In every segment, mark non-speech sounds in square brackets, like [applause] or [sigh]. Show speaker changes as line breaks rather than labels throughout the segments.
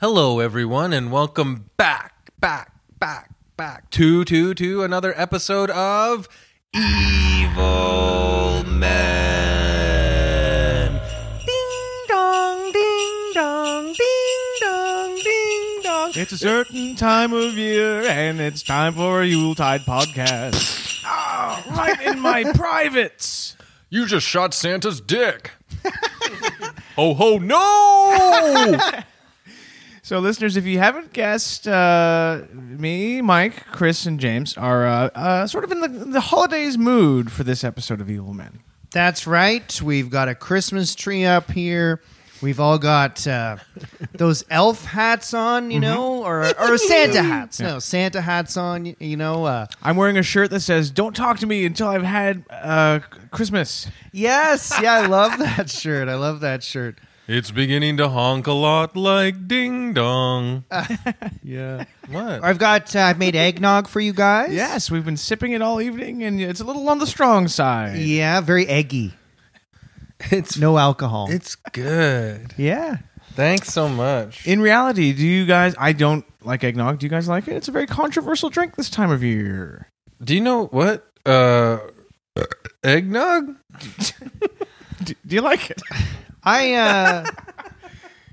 Hello, everyone, and welcome back, back, back, back to to to another episode of Evil Men. Ding dong, ding dong, ding dong, ding dong.
It's a certain time of year, and it's time for a Yuletide podcast. Ah, right in [laughs] my privates.
You just shot Santa's dick. oh ho no!
So, listeners, if you haven't guessed, uh, me, Mike, Chris, and James are uh, uh, sort of in the, the holidays mood for this episode of Evil Men.
That's right. We've got a Christmas tree up here. We've all got
[laughs]
uh, those elf hats on, you know, or,
Mm-hmm. [laughs]
or Santa hats. No, Santa hats on, y- you know. Uh,
I'm wearing a shirt that says "Don't talk to me until I've had uh, Christmas."
yes, [laughs] yeah, I love that shirt. I love that shirt.
it's beginning to honk a lot like ding dong. yeah. What?
I've got, uh, I've made eggnog for you guys.
Yes, we've been sipping it all evening, and it's a little on the strong side.
Yeah, very eggy.
It's
No alcohol.
It's good.
yeah.
Thanks so much.
In reality, do you guys? I don't like eggnog. Do you guys like it? It's a very controversial drink this time of year.
Do you know what? Uh, eggnog?
Do, do you like it? [laughs]
I, uh,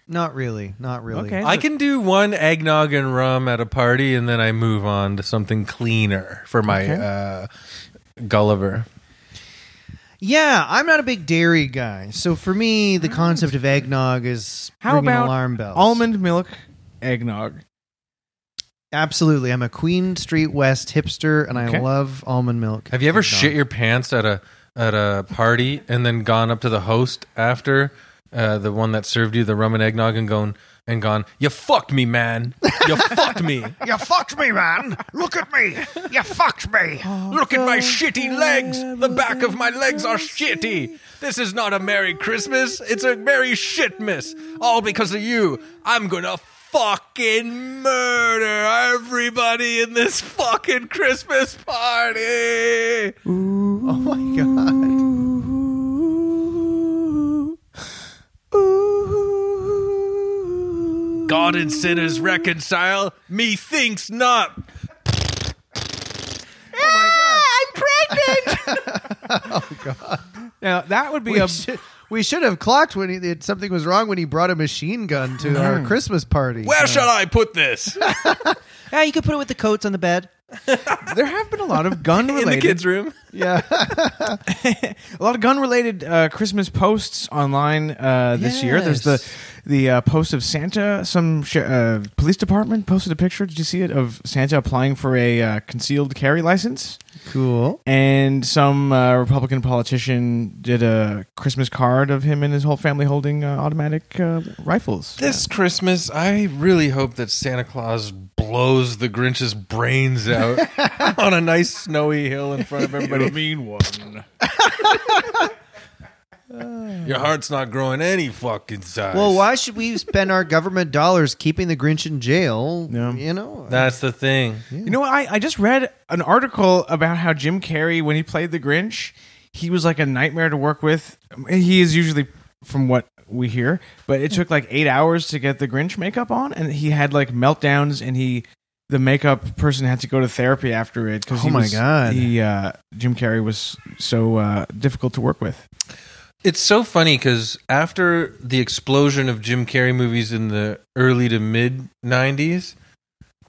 not really. Not really.
Okay.
I can do one eggnog and rum at a party, and then I move on to something cleaner for my
Okay.
uh, Gulliver.
Yeah, I'm not a big dairy guy. So for me, the concept of eggnog is
Mm. How
ringing
about
alarm bells.
Almond milk eggnog.
Absolutely. I'm a Queen Street West hipster and
Okay.
I love almond milk.
Have you ever
Eggnog.
shit your pants at a at a party and then gone up to the host after uh, the one that served you the rum and eggnog and gone and gone? You fucked me, man. You fucked me.
You fucked me, man. Look at me. You fucked me.
Look at my shitty legs. The back of my legs are shitty. This is not a Merry Christmas. It's a Merry Shitmas. All because of you. I'm gonna fucking murder everybody in this fucking Christmas party.
[laughs]
[laughs]
Oh my god.
God and sinners reconcile. Methinks not.
[laughs] Now that would be
We
a
should, we should have clocked when he, that something was wrong when he brought a machine gun to our Christmas party.
Where shall I put this?
yeah, you could put it with the coats on the bed.
there have been a lot of gun
[laughs] In the
related [laughs]
kids' room.
Yeah.
a lot of gun related uh, Christmas posts online uh, this year. There's the
Yes.
the uh, post of Santa. Some sh- uh, police department posted a picture. Did you see it of Santa applying for a uh, concealed carry license?
cool.
And some uh, Republican politician did a Christmas card of him and his whole family holding uh, automatic uh, rifles.
This Christmas, I really hope that Santa Claus blows the Grinch's brains
[laughs]
out on a nice snowy hill in front of everybody.
mean one.
Your heart's not growing any fucking size.
Well, why should we spend our government dollars keeping the Grinch in jail?
Yeah.
You know?
That's the thing.
You know, what? I, I just read an article about how Jim Carrey, when he played the Grinch, he was like a nightmare to work with. He is usually, from what we hear, but it took like eight hours to get the Grinch makeup on, and he had like meltdowns, and he the makeup person had to go to therapy after it because
Oh my God.
he uh, Jim Carrey was so uh, difficult to work with.
It's so funny because after the explosion of Jim Carrey movies in the early to mid 90s,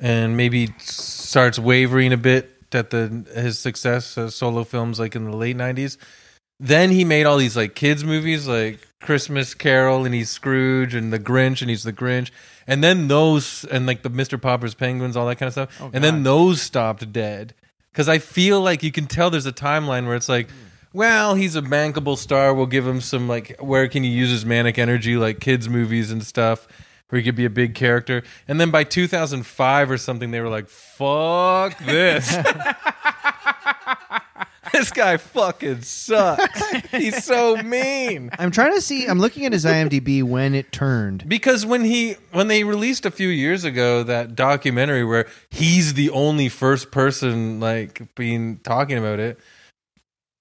and maybe starts wavering a bit at the his success uh, solo films like in the late 90s, then he made all these like kids movies like Christmas Carol and he's Scrooge and the Grinch and he's the Grinch. And then those and like the Mr. Popper's Penguins, all that kind of stuff. and then those stopped dead. Cause I feel like you can tell there's a timeline where it's like, well, he's a bankable star. We'll give him some like where can you use his manic energy like kids movies and stuff where he could be a big character. And then by 2005 or something, they were like, fuck this. [laughs] this guy fucking sucks. He's so mean.
I'm trying to see. I'm looking at his IMDb when it turned.
Because when he when they released a few years ago that documentary where he's the only first person like being talking about it,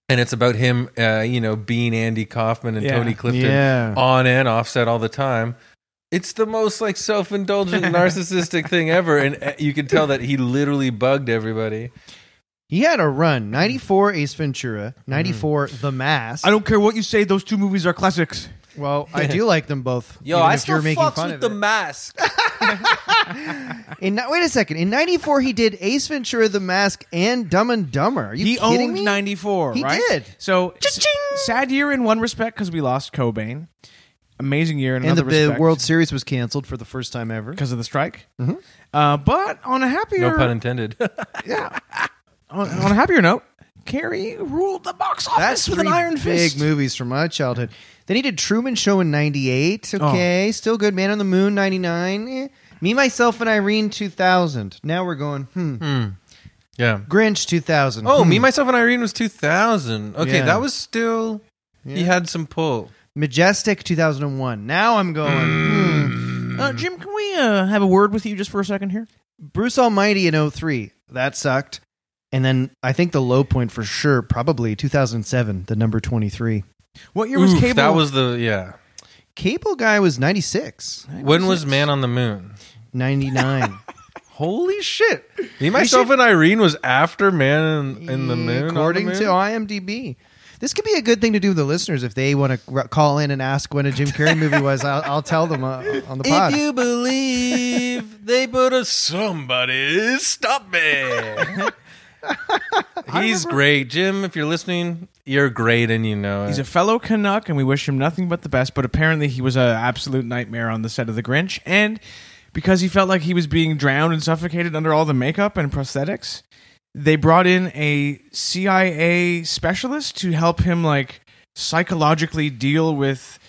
and it's about him, uh, you know, being Andy Kaufman and
Yeah.
Tony Clifton
Yeah.
on and offset all the time. It's the most like self-indulgent, narcissistic thing ever, and uh, you can tell that he literally bugged everybody.
He had a run 94 Ace Ventura, 94
Mm.
The Mask.
I don't care what you say; those two movies are classics.
well,
[laughs]
I do like them both.
Yo,
even
I
if you're
still
making
fucks
fun
with
of
the
it.
mask.
In ni- wait a second. In '94, he did Ace Ventura, The Mask, and Dumb and Dumber. Are you
he
kidding
owned
me?
94
He
right
did.
so s- sad year in one respect because we lost cobain amazing year in
and the
another
big
respect
World Series Mm-hmm. was canceled for the first time ever.
because of the strike uh, but on a happier
No [laughs] pun intended.
on, on a happier note Carrie ruled the box office with an
three
iron fist. Uh,
Big movies from my childhood. Then he did Truman Show in '98.
Oh.
Okay, still good. Man on the Moon '99. Eh. Me, myself, and Irene 2000. Now we're going. Hmm.
yeah.
Grinch 2000.
Oh,
hmm.
me, myself, and Irene was 2000. Okay,
Yeah.
that was still. He
Yeah.
had some pull.
Majestic 2001. Now I'm going. hmm.
Uh, Jim, can we uh, have a word with you just for a second here?
Bruce Almighty in 03. That sucked. And then I think the low point for sure, probably 2007, the number 23.
What year was
Oof,
cable?
That was the yeah.
Cable guy was 96,
When was Man on the Moon?
99. [laughs]
Holy shit! Me, myself, and Irene was after Man in, in the Moon. on the
According
Moon?
to IMDb. This could be a good thing to do with the listeners if they want to r- call in and ask when a Jim Carrey movie was. I'll, I'll tell them uh, on the pod.
If you [laughs] believe they put a somebody stop
[laughs]
me. He's great, Jim. If you're listening, you're great, and you know it.
He's a fellow Canuck, and we wish him nothing but the best. But apparently, he was an absolute nightmare on the set of The Grinch, and because he felt like he was being drowned and suffocated under all the makeup and prosthetics, they brought in a CIA specialist to help him like psychologically deal with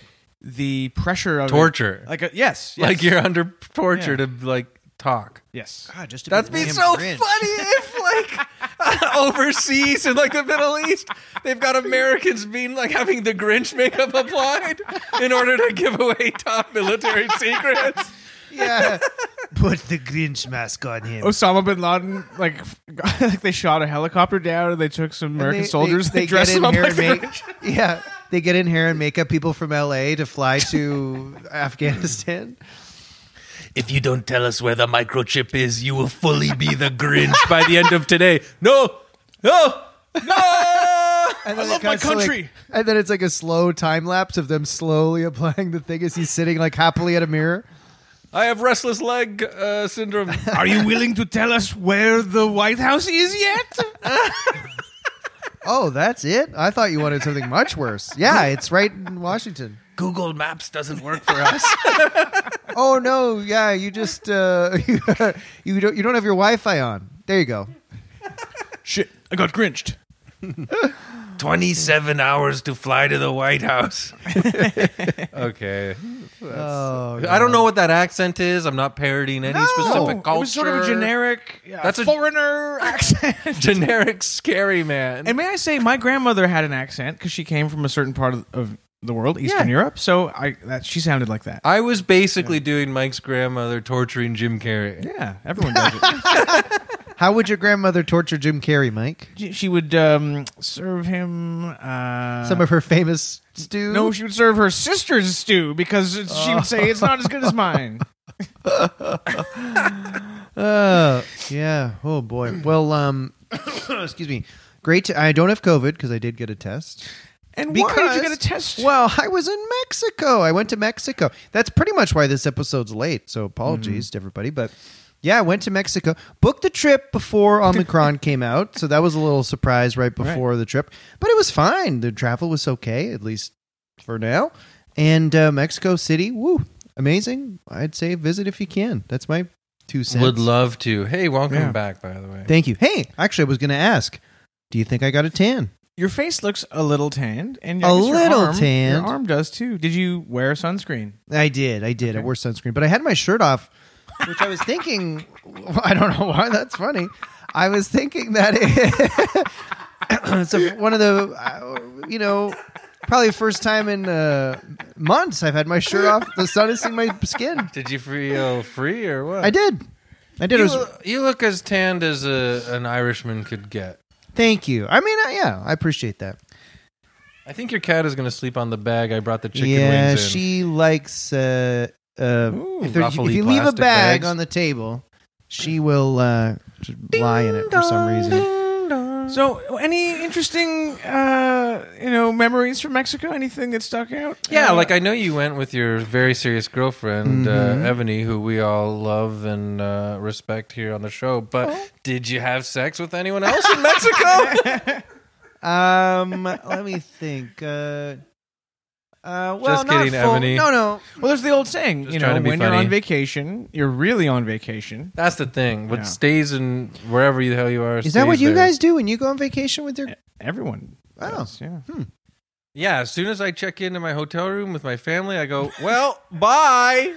the pressure of it.
torture.
Like a, yes, yes,
Like you're under torture
Yeah.
to like talk.
yes.
God, just to
That'd be
William
so
Grinch.
funny if [laughs] like overseas in like the Middle East, they've got Americans being like having the Grinch makeup applied in order to give away top military secrets.
Yeah. [laughs] Put the Grinch mask on him.
Osama bin Laden, like, [laughs] like they shot a helicopter down, and they took some
And
American
they-
soldiers.
They,
They,
they
dressed
get
them
in
up
hair
like the
and
Grinch.
make, [laughs] yeah, they get in hair and make up people from L.A. to fly to Afghanistan.
If you don't tell us where the microchip is, you will fully be the Grinch by the end of today. No, no, no.
And
[laughs] I
it
love my
cuts to, like-
country.
and then it's like a slow time lapse of them slowly applying the thing as he's sitting like happily at a mirror.
I have restless leg uh, syndrome.
Are you willing to tell us where the White House is yet?
Oh, that's it. I thought you wanted something much worse. Yeah, it's right in Washington.
Google Maps doesn't work for us.
Oh no, yeah, you just uh, [laughs] you don't you don't have your Wi-Fi on. There you go.
Shit, I got grinched.
27 hours to fly to the White House. [laughs] okay.
Oh,
I don't know what that accent is. I'm not parodying any specific culture.
Uh-huh. It was sort of a generic uh,
That's a-
foreigner accent.
generic scary man.
and may I say, my grandmother had an accent because she came from a certain part of, of the world, Eastern
Yeah.
Europe. So I that she sounded like that.
I was basically doing Mike's grandmother torturing Jim Carrey.
Yeah, everyone does
[laughs]
it.
How would your grandmother torture Jim Carrey, Mike?
She- she would um, serve him. Uh,
Some of her famous stew.
no, she would serve her sister's stew because it's, she would say it's not as good as mine.
Oh yeah. Oh boy. Well, um, [coughs] excuse me. Great. to- I don't have COVID because I did get a test.
And
Because
why did you get a test?
Well, I was in Mexico. I went to Mexico. That's pretty much why this episode's late. So apologies
Mm.
to everybody, but yeah, I went to Mexico. Booked the trip before
[laughs]
Omicron came out, so that was a little surprise right before the trip. But it was fine. The travel was okay, at least for now. And uh, Mexico City, woo, amazing. I'd say visit if you can. That's my two cents.
Would love to. Hey, welcome
Yeah.
back, by the way.
Thank you. Hey, actually, I was going to ask. Do you think I got a tan?
Your face looks a little tanned, and I
A
guess your
little
arm,
tanned.
Your arm does too. Did you wear sunscreen?
I did. I did. I wore sunscreen, but I had my shirt off, which I was thinking. [laughs] I don't know why. That's funny. I was thinking that it, [laughs] it's a, one of the, uh, you know, probably first time in uh, months I've had my shirt off. The sun is seeing my skin.
Did you feel free or what?
I did. I did. It
You,
was,
you look as tanned as a, an Irishman could get.
thank you. I mean, I, yeah, I appreciate that.
I think your cat is going to sleep on the bag I brought the chicken
yeah,
wings in.
she likes uh, uh,
Ooh,
if, there- if
ruffly
you leave a
plastic
bag
bags.
on the table, she will uh, just lie in it for some reason.
So, any interesting, uh, you know, memories from Mexico? Anything that stuck out?
Yeah,
Oh,
Uh,
like I know you went with your very serious girlfriend,
Mhm.
uh, Ebony, who we all love and uh, respect here on the show. But
Oh.
did you have sex with anyone else in
[laughs]
Mexico?
Um,
[laughs]
let me think. Uh, uh, well,
Just
not
kidding,
full-
Ebony.
No, no.
[laughs] well, there's the old saying,
Just
you
trying
know,
to be
when you're
funny.
on vacation, you're really on vacation.
That's the thing. What
Yeah.
stays in wherever the hell you are.
Is that what
stays
you
there.
guys do when you go on vacation with your?
Everyone.
Oh.
does, yeah.
Yeah. As soon as I check into my hotel room with my family, I go, "Well,
[laughs]
bye."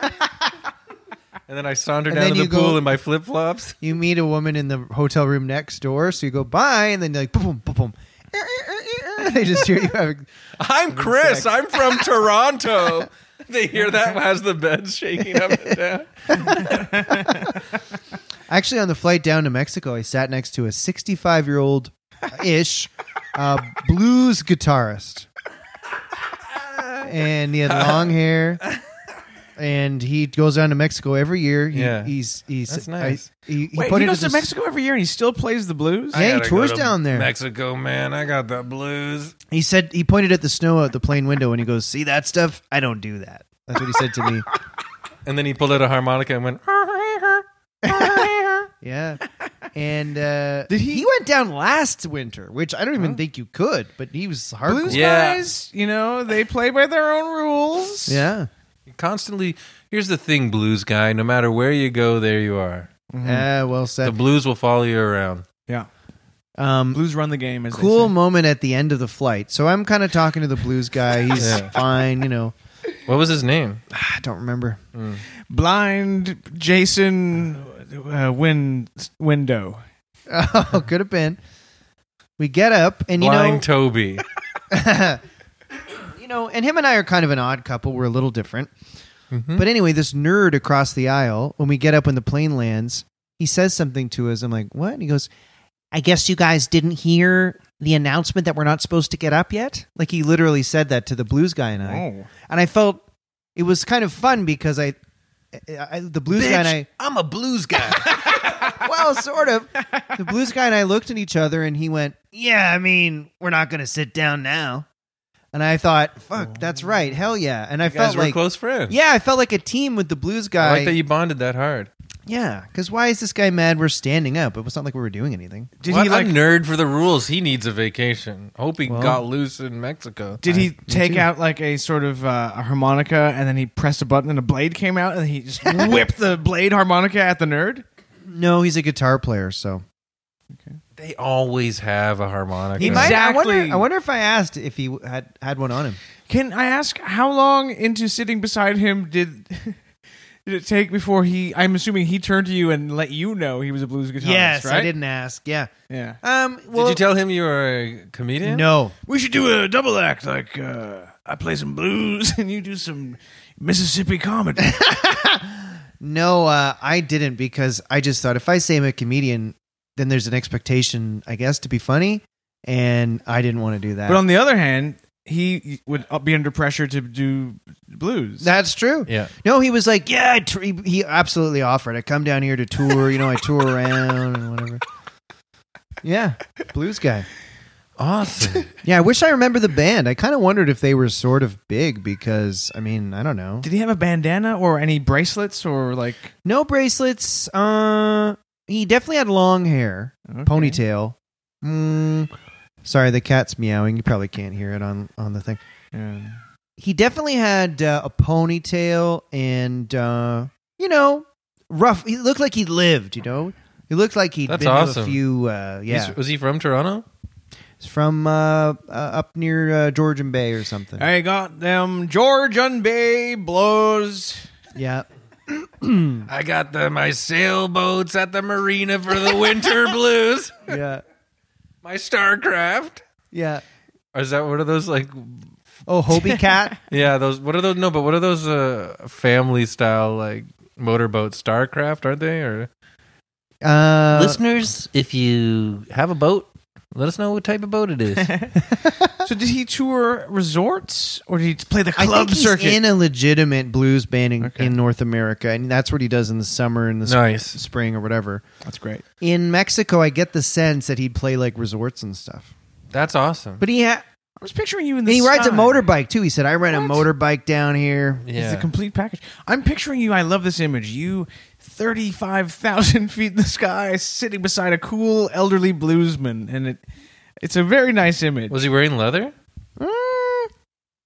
and then I saunder down
And then
to the
you go-
pool in my flip
[laughs]
flops.
You meet a woman in the hotel room next door, so you go by, and then they're like boom, boom, boom. [laughs] They just hear you having.
I'm Chris. I'm
[laughs]
from Toronto. They hear that as the bed's shaking up and
[laughs]
down.
Actually, on the flight down to Mexico, I sat next to a 65 year old
[laughs]
ish uh, blues guitarist. And he had long hair. And he goes down to Mexico every year. He-
Yeah.
He's, he's,
That's nice.
I- he he
Wait,
put
he
into
goes to
this-
Mexico every year and he still plays the [laughs] blues?
Yeah, he
gotta
tours
go to
down there.
Mexico, man. I got the blues.
He said, he pointed at the snow out the plane window and he goes, See that stuff? I don't do that. That's what he said to me.
[laughs]
And then he pulled out a harmonica and went. [laughs]
Yeah. And uh,
Did he- Oh.
he went down last winter, which I don't even think you could, but he was hardcore.
Blues
Yeah.
guys, you know, they play by their own rules.
Yeah.
Constantly, here's the thing, blues guy. No matter where you go, there you are.
Mm-hmm.
Ah, well
The
said.
blues will follow you around.
Yeah.
Um,
Blues run the game. As they
cool
say.
moment at the end of the flight. So I'm kind of talking to the blues guy. He's
Yeah.
fine, you know. Ah,
What was his name?
I don't remember. [laughs]
Blind Jason uh, win- window.
Oh, could have been. We get up and you
Blind
know, [laughs]
Toby.
you know, and him and I are kind of an odd couple. We're a little different.
Hmm? Mm-hmm.
But anyway, this nerd across the aisle, when we get up when the plane lands, he says something to us. I'm like, what? And he goes, I guess you guys didn't hear the announcement that we're not supposed to get up yet. Like he literally said that to the blues guy and I.
Oh.
and I felt it was kind of fun because I, I, I- the blues guy and I,
I'm a blues
[laughs]
guy.
well,
[laughs]
sort of, the blues guy and I looked at each other, and he went, "Yeah, I mean, we're not going to sit down now." And I thought, "Fuck, that's right, hell yeah!" And I
Oh. you guys
felt
were
like,
close friends.
yeah, I felt like a team with the blues
I
guy.
like that you bonded that hard.
yeah, because why is this guy mad? We're standing up. It was not like we were doing anything.
Did
What
he
a
like?
nerd for the rules. He needs a vacation. Hope he
Well-
got loose in Mexico.
Did he take
too.
out like a sort of uh, a harmonica and then he pressed a button and a blade came out and he just [laughs] whipped the blade harmonica at the nerd?
No, he's a guitar player, so
They always have a harmonica.
He might-
I wonder,
Exactly.
I wonder if I asked if he had had one on him.
Can I ask how long into sitting beside him did [laughs] did it take before he? I'm assuming he turned to you and let you know he was a blues guitarist. right?
I didn't ask. Yeah.
Yeah.
Um. Well,
Did you tell him you were a comedian?
no.
We should do a double act. Like uh, I play some blues [laughs] and you do some Mississippi comedy.
No, uh, I didn't because I just thought if I say I'm a comedian, then there's an expectation, I guess, to be funny, and I didn't want to do
[laughs]
that.
but on the other hand, he would be under pressure to do blues.
That's true.
Yeah.
No, he was like, yeah, I tr- he- he absolutely offered. I come down here to tour. You know, I tour around and whatever. Yeah, blues guy.
Awesome.
Yeah, I wish I remember the band. I kind of wondered if they were sort of big because, I mean, I don't know.
Did he have a bandana or any bracelets or like
No bracelets. Uh, he definitely had long hair.
okay.
ponytail. Mm, sorry, the cat's meowing. You probably can't hear it on on the thing.
Yeah.
He definitely had uh, a ponytail and uh, you know, rough. He looked like he lived. You know, he looked like he had
That's
been to a
awesome.
few. Uh, yeah,
He's- was he from Toronto?
He's from uh, uh, up near uh, Georgian Bay or something.
I got them Georgian Bay blows.
Yeah,
I got the my sailboats at the marina for the [laughs] winter blues.
yeah,
My Starcraft.
yeah.
Is that what are those like?
[laughs]
Oh, Hobie cat.
Yeah, those. What are those? No, but what are those? Uh, family style like motorboat Starcraft? Aren't they? Or
Uh,
[laughs]
[laughs]
listeners, if you have a boat, Let us know what type of boat it is.
So did he tour resorts or did he play the
I
club
think he's
circuit?
in a legitimate blues band in,
Okay.
in North America, and that's what he does in the summer and the sp-
[laughs] Nice.
spring or whatever.
That's great.
In Mexico, I get the sense that he'd play like resorts and stuff.
That's awesome.
But he ha-
I was picturing you in
and
the.
he rides a
sky.
motorbike too. He said, "I rent
What?
a motorbike down here."
yeah.
It's a complete package. I'm picturing you. I love this image. You, thirty-five thousand [laughs] feet in the sky, sitting beside a cool elderly bluesman, and it. It's a very nice image.
was he wearing leather?
Mm,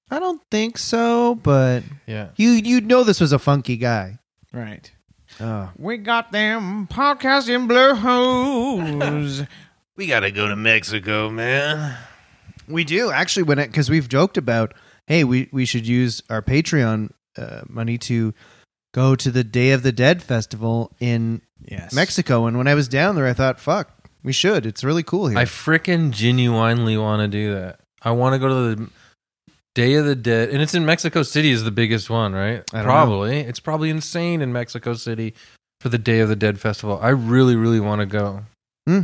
I don't think so, but
Yeah.
you you know this was a funky guy.
right.
Oh.
We got them podcasting blues.
We gotta go to Mexico, man.
We do actually when it because we've joked about hey we we should use our Patreon uh, money to go to the Day of the Dead festival in
yes.
Mexico. And when I was down there, I thought, fuck, we should. It's really cool here.
I frickin' genuinely want to do that. I want to go to the Day of the Dead, and it's in Mexico City is the biggest one, right?
I don't know.
probably. It's probably insane in Mexico City for the Day of the Dead festival. I really, really want to go.
Hmm.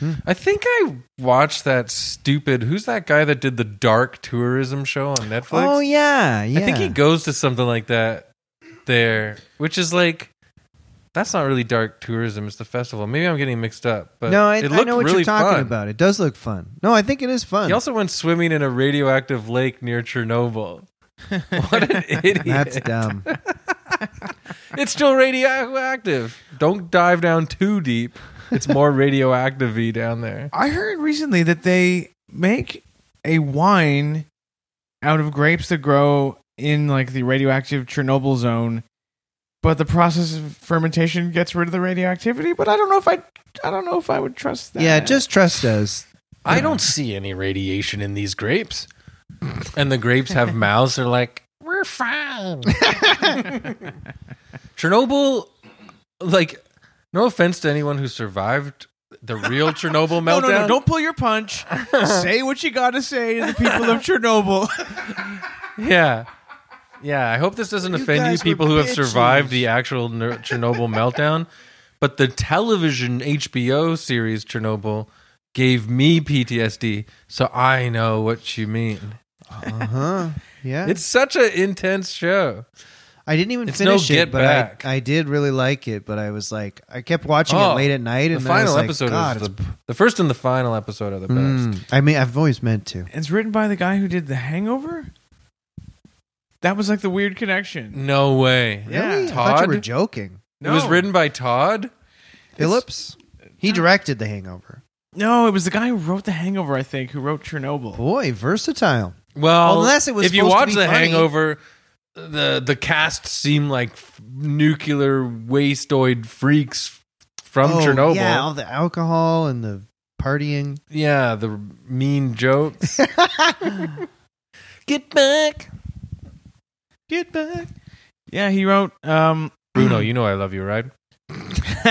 Hmm.
I think I watched that stupid. Who's that guy that did the dark tourism show on Netflix?
oh yeah, yeah.
I think he goes to something like that there, which is like that's not really dark tourism. It's the festival. Maybe I'm getting mixed up, but
no, I,
it
I
looked
know what
really
you're talking
fun.
about. It does look fun. No, I think it is fun.
He also [laughs] went swimming in a radioactive lake near
[laughs]
Chernobyl. What an idiot! [laughs]
That's dumb.
It's still radioactive. Don't dive down too deep. It's
[laughs]
more radioactive down there.
I heard recently that they make a wine out of grapes that grow in like the radioactive Chernobyl zone, but the process of fermentation gets rid of the radioactivity. But I don't know if I, I don't know if I would trust that.
yeah, just trust us.
I don't see any radiation in these grapes. And the
[laughs]
grapes have mouths. They're like, we're fine. Chernobyl, like, no offense to anyone who survived the real Chernobyl
[laughs] no,
meltdown.
no, no, don't pull your punch. [laughs] say what you got to say to the people of Chernobyl. [laughs]
Yeah. Yeah, I hope this doesn't offend you
guys were
people who have
bitches.
survived the actual ner- Chernobyl meltdown, but the television HBO series Chernobyl gave me PTSD, so I know what you mean.
Uh huh. Yeah,
It's such an intense show.
I didn't even
it's no
finish
Get
it, but
Back.
I, I did really like it. But I was like, I kept watching
Oh,
it late at night,
The
and then I was
final
like,
episode
God,
is the, the first and the final episode are the best.
Mm, I mean, I've always meant to.
It's written by the guy who did The Hangover. That was like the weird connection.
No way.
Yeah.
Really? I thought you
Todd?
were joking.
It was
No.
written by Todd.
Phillips, he directed The Hangover.
No, it was the guy who wrote The Hangover. I think who wrote Chernobyl.
Boy, versatile.
Well,
Unless it was
if you
supposed to
watch
be
The
funny.
Hangover, the the cast seem like f- nuclear wasteoid freaks from
Oh,
Chernobyl.
Yeah,
Yeah.
all the alcohol and the partying.
the mean
[laughs]
jokes. Get back,
Get back. Yeah, he wrote um
Bruno. You know I love you, right?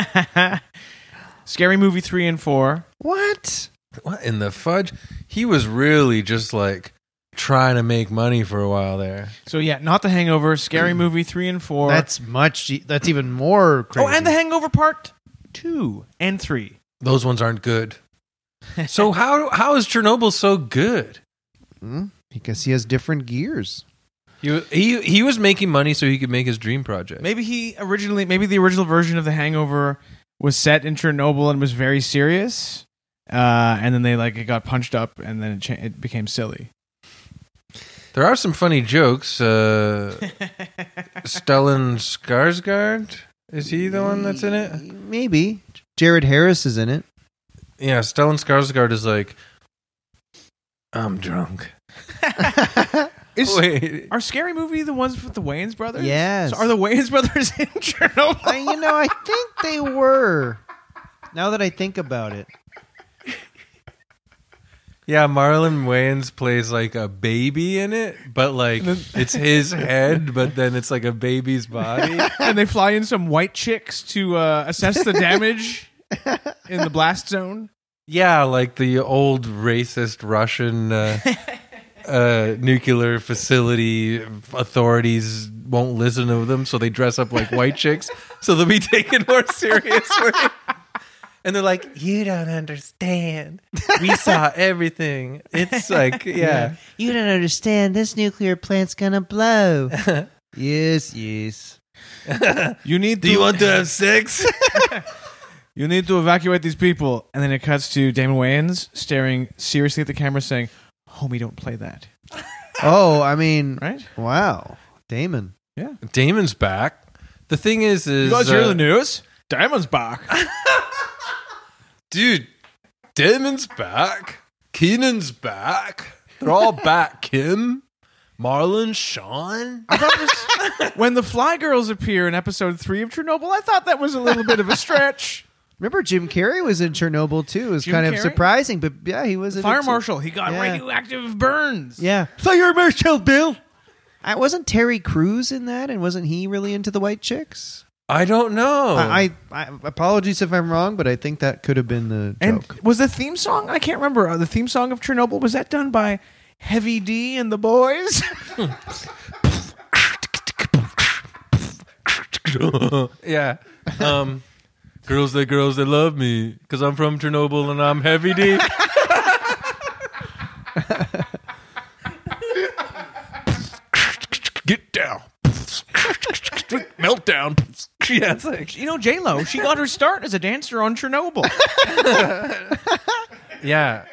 [laughs] Scary Movie 3 and 4.
What?
What in the fudge? He was really just like trying to make money for a while there.
So yeah, not The Hangover, Scary Movie 3 and 4.
Mm. That's much. e, That's even more crazy.
Oh, and The Hangover Part 2 and 3.
Those ones aren't good. So how how is Chernobyl so good?
Hmm? because he has different gears.
He, he he was making money so he could make his dream project.
Maybe he originally maybe the original version of The Hangover was set in Chernobyl and was very serious. Uh, and then they like it got punched up and then it, cha- it became
[laughs]
silly.
There are some funny jokes. Uh, Stellan Skarsgård is he the one that's in it?
Maybe Jared Harris is in it.
Yeah, Stellan Skarsgård is like, I'm drunk.
Is,
Wait,
Are Scary Movie the ones with the Wayans brothers?
Yes.
So are the Wayans [laughs] brothers in Chernobyl?
I, you know, I think they were. Now that I think about it,
yeah, Marlon Wayans plays like a baby in it, but like it's his head, but then it's like a baby's body.
and they fly in some white chicks to uh, assess the
[laughs]
damage in the blast zone.
Yeah, like the old racist Russian uh, uh, nuclear facility authorities won't listen to them, so they dress up like white chicks, so they'll be taken more seriously. and they're like, "You don't understand. We saw everything." It's like, yeah,
You don't understand. This nuclear plant's
[laughs]
gonna blow. yes, yes.
You need
do you want to have sex?
You need to evacuate these people. And then it cuts to Damon Wayans staring seriously at the camera saying, Homie, don't play that.
Oh, I mean,
Right?
wow, Damon.
Damon's back. The thing is, is
You guys hear
uh,
the news? Diamond's back.
[laughs] dude, Damon's back. Keenan's back. They're all [laughs] back. Kim, Marlon, Sean.
I thought this, when the Fly Girls appear in episode three of Chernobyl, I thought that was a little bit of a
[laughs]
stretch.
Remember, Jim Carrey was in Chernobyl too. It was
Jim
kind of
Carrey?
surprising, but yeah, he was in it,
Fire
too.
Marshal, he got
Yeah.
radioactive burns.
Yeah,
Fire Marshal Bill.
I wasn't Terry Crews in that, and wasn't he really into the white chicks?
I don't know.
I,
Oh.
I, I apologies if I'm wrong, but I think that could have been the
And
joke.
was the theme song? I can't remember. Uh, the theme song of Chernobyl was that done by Heavy D and the Boys? [laughs]
yeah. Um, girls that girls that love me because I'm from Chernobyl and I'm heavy D.
Get down. Meltdown.
yeah, it's like
you know, J Lo. She got her start as a dancer on Chernobyl.
[laughs] yeah.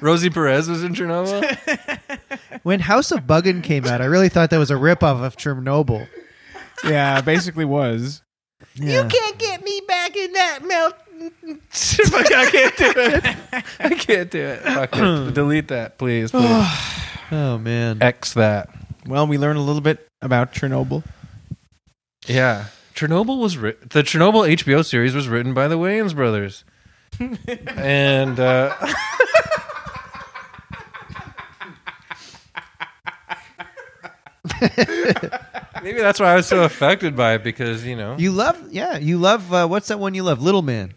Rosie Perez was in Chernobyl.
When House of Buggin came out, I really thought that was a ripoff of Chernobyl.
yeah, basically was.
Yeah.
can't get me back in that melt. Fuck, [laughs] I can't do it. [laughs] I can't do it. Fuck it. [clears throat] Delete that, please. please.
Oh man.
X that.
Well, we learned a little bit about Chernobyl.
Yeah. Chernobyl was writ- the Chernobyl HBO series was written by the Wayans [laughs] brothers, and uh, maybe that's why I was so affected by it because you know
You love, yeah, you love. Uh, what's that one you love? Little Man,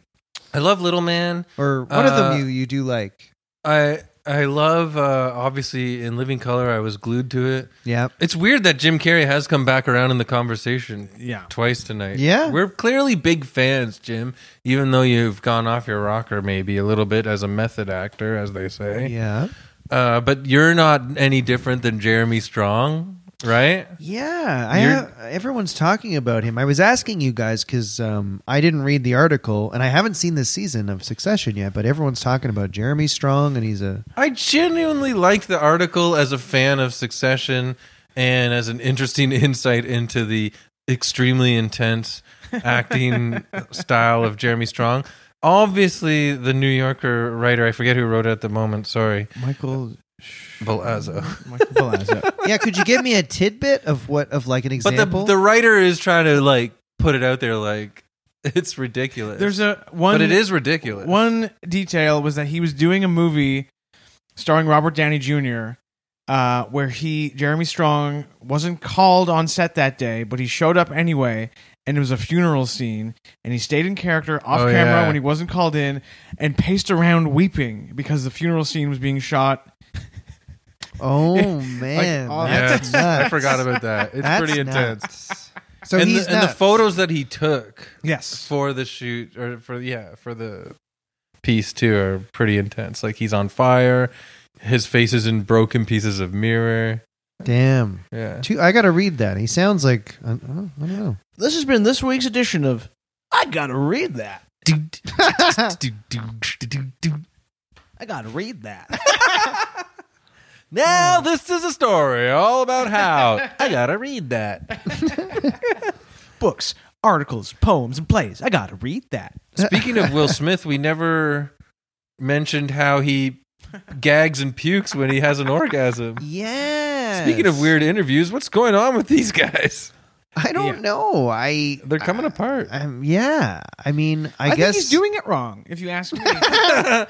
I love Little Man.
or one of
Uh,
them you you do like?
I I love uh, obviously in Living Color I was glued to it.
Yeah,
It's weird that Jim Carrey has come back around in the conversation
Yeah.
twice tonight.
Yeah.
We're clearly big fans, Jim, even though you've gone off your rocker maybe a little bit as a method actor, as they say.
yeah,
Uh, but you're not any different than Jeremy Strong, right?
yeah. I
You're-
have, everyone's talking about him. I was asking you guys because um, I didn't read the article and I haven't seen this season of Succession yet, but everyone's talking about Jeremy Strong and he's a
I genuinely like the article as a fan of Succession and as an interesting [laughs] insight into the extremely [laughs] intense acting style of Jeremy Strong. Obviously, the New Yorker writer, I forget who wrote it at the moment, sorry,
Michael uh,
Balazzo.
Michael Palazzo.
yeah. Could you give me a tidbit of what of like an
But the,
example?
the writer is trying to like put it out there like [laughs] it's ridiculous.
There's a one.
but it is ridiculous.
One detail was that he was doing a movie starring Robert Downey Jr. Uh, where he Jeremy Strong wasn't called on set that day, but he showed up anyway, and it was a funeral scene, and he stayed in character off
Oh,
camera
yeah.
when he wasn't called in, and paced around weeping because the funeral scene was being shot.
[laughs]
oh man,
oh,
that's
Yeah.
nuts.
[laughs] I forgot about that. It's
That's
pretty intense.
nuts. So
and,
he's
the, and the
nuts.
photos that he took
Yes,
for the shoot or for yeah for the piece too are pretty intense like he's on fire his face is in broken pieces of mirror
Damn,
yeah
Two, I gotta read that. He sounds like I don't, I don't know.
this has been this week's edition of I gotta read that. I gotta read that. Hmm.
now this is a story all about how i gotta read that
[laughs] Books, articles, poems, and plays. I gotta read that.
speaking of will smith we never mentioned how he gags and pukes when he has an orgasm
Yeah.
speaking of weird interviews what's going on with these guys
I don't
Yeah.
know. I
they're coming apart
um, yeah. I mean, I,
I, think
guess
he's doing it wrong. If you [laughs] ask me,
Uh,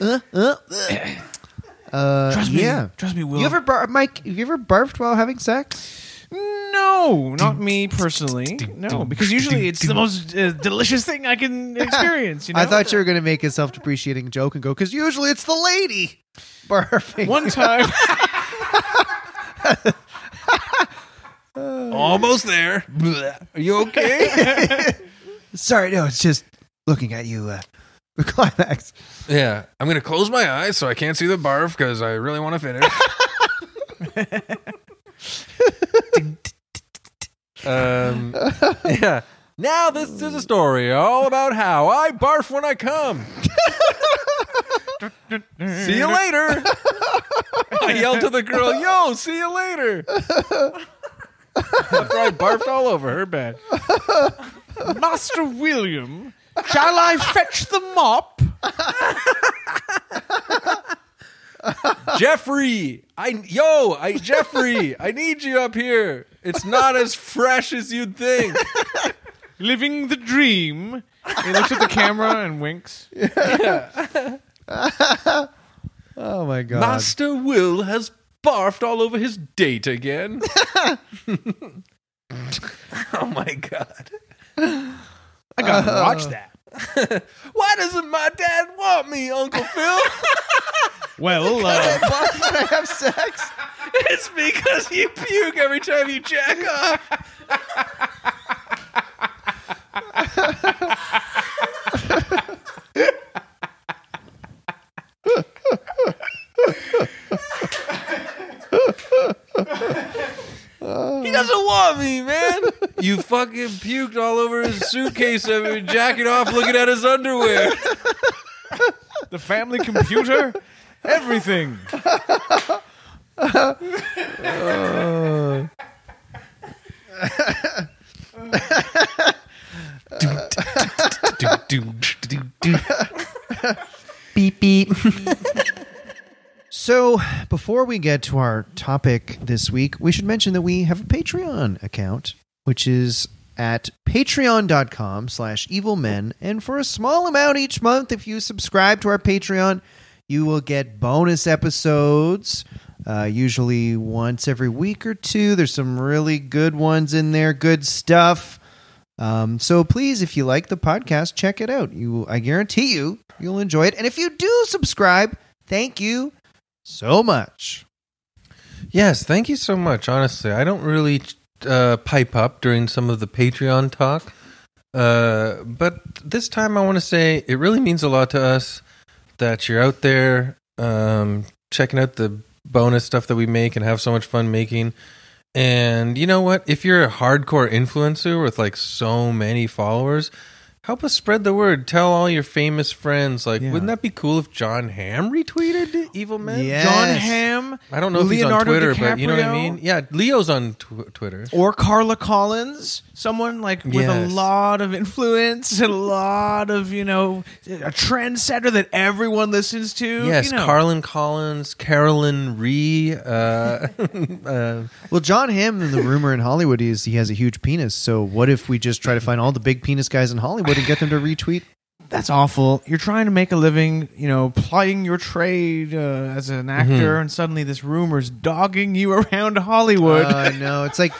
uh,
[coughs]
uh, Yeah.
trust me, Will.
You ever bar- Mike? Have you ever barfed while having sex?
No, not me personally. No, because usually it's the most uh, delicious thing I
[laughs]
can experience. You know,
I thought you were going to make a self-depreciating joke and go because usually it's the lady [laughs] barfing.
one [laughs] time.
almost there you
[laughs]
okay?
Sorry, no, it's just looking at you. Uh, [laughs] the climax.
yeah, I'm gonna close my eyes so I can't see the barf because I really want to finish. um, yeah. Now this is a story all about how I barf when I come. see you later. I yelled to the girl, "Yo, see you later." After I barfed all over her bed.
Master William, shall I fetch the mop?
Jeffrey, I yo, I Jeffrey, I need you up here. It's not as fresh as you'd think.
Living the dream. He looks at the camera and winks.
Oh my god.
Master Will has barfed all over his date again. [laughs] oh my god. Uh.
I gotta watch that.
[laughs] Why doesn't my dad want me, Uncle Phil?
Well, uh,
Why did I have sex?
it's because you puke every time you jack off. He doesn't want me, man. You fucking puked all over his suitcase after jacking off looking at his underwear.
the family computer,
[laughs]
everything.
Beep beep. [laughs] so, before we get to our topic this week, we should mention that we have a Patreon account, which is at patreon.com slash evil men and for a small amount each month if you subscribe to our patreon you will get bonus episodes uh, usually once every week or two there's some really good ones in there good stuff Um, so please, if you like the podcast, check it out. You, I guarantee you, you'll enjoy it. And if you do subscribe, thank you so much.
Yes, thank you so much. Honestly, I don't really uh, pipe up during some of the Patreon talk, uh, but this time I want to say it really means a lot to us that you're out there um, checking out the bonus stuff that we make and have so much fun making. And you know what? If you're a hardcore influencer with like so many followers, help us spread the word. Tell all your famous friends. Like,
Yeah.
wouldn't that be cool if John Ham retweeted Evil Men?
Yeah.
John
Yes.
Hamm
I don't know if he's on
Leonardo
Twitter, but you know what I
DiCaprio.
mean. Yeah, Leo's on tw- Twitter.
or Carla Collins, someone like with
Yes.
a lot of influence and a lot of you know a trendsetter that everyone listens to.
Yes,
you know.
Carlin Collins, Carolyn Ree. Uh, [laughs] uh,
Well, John Hamm, the rumor in Hollywood is he has a huge penis. So what if we just try to find all the big penis guys in Hollywood and get them
[laughs]
to retweet?
that's awful. You're trying to make a living, you know, plying your trade uh, as an actor, and suddenly this rumor's dogging you [laughs] around Hollywood.
Uh, no, it's like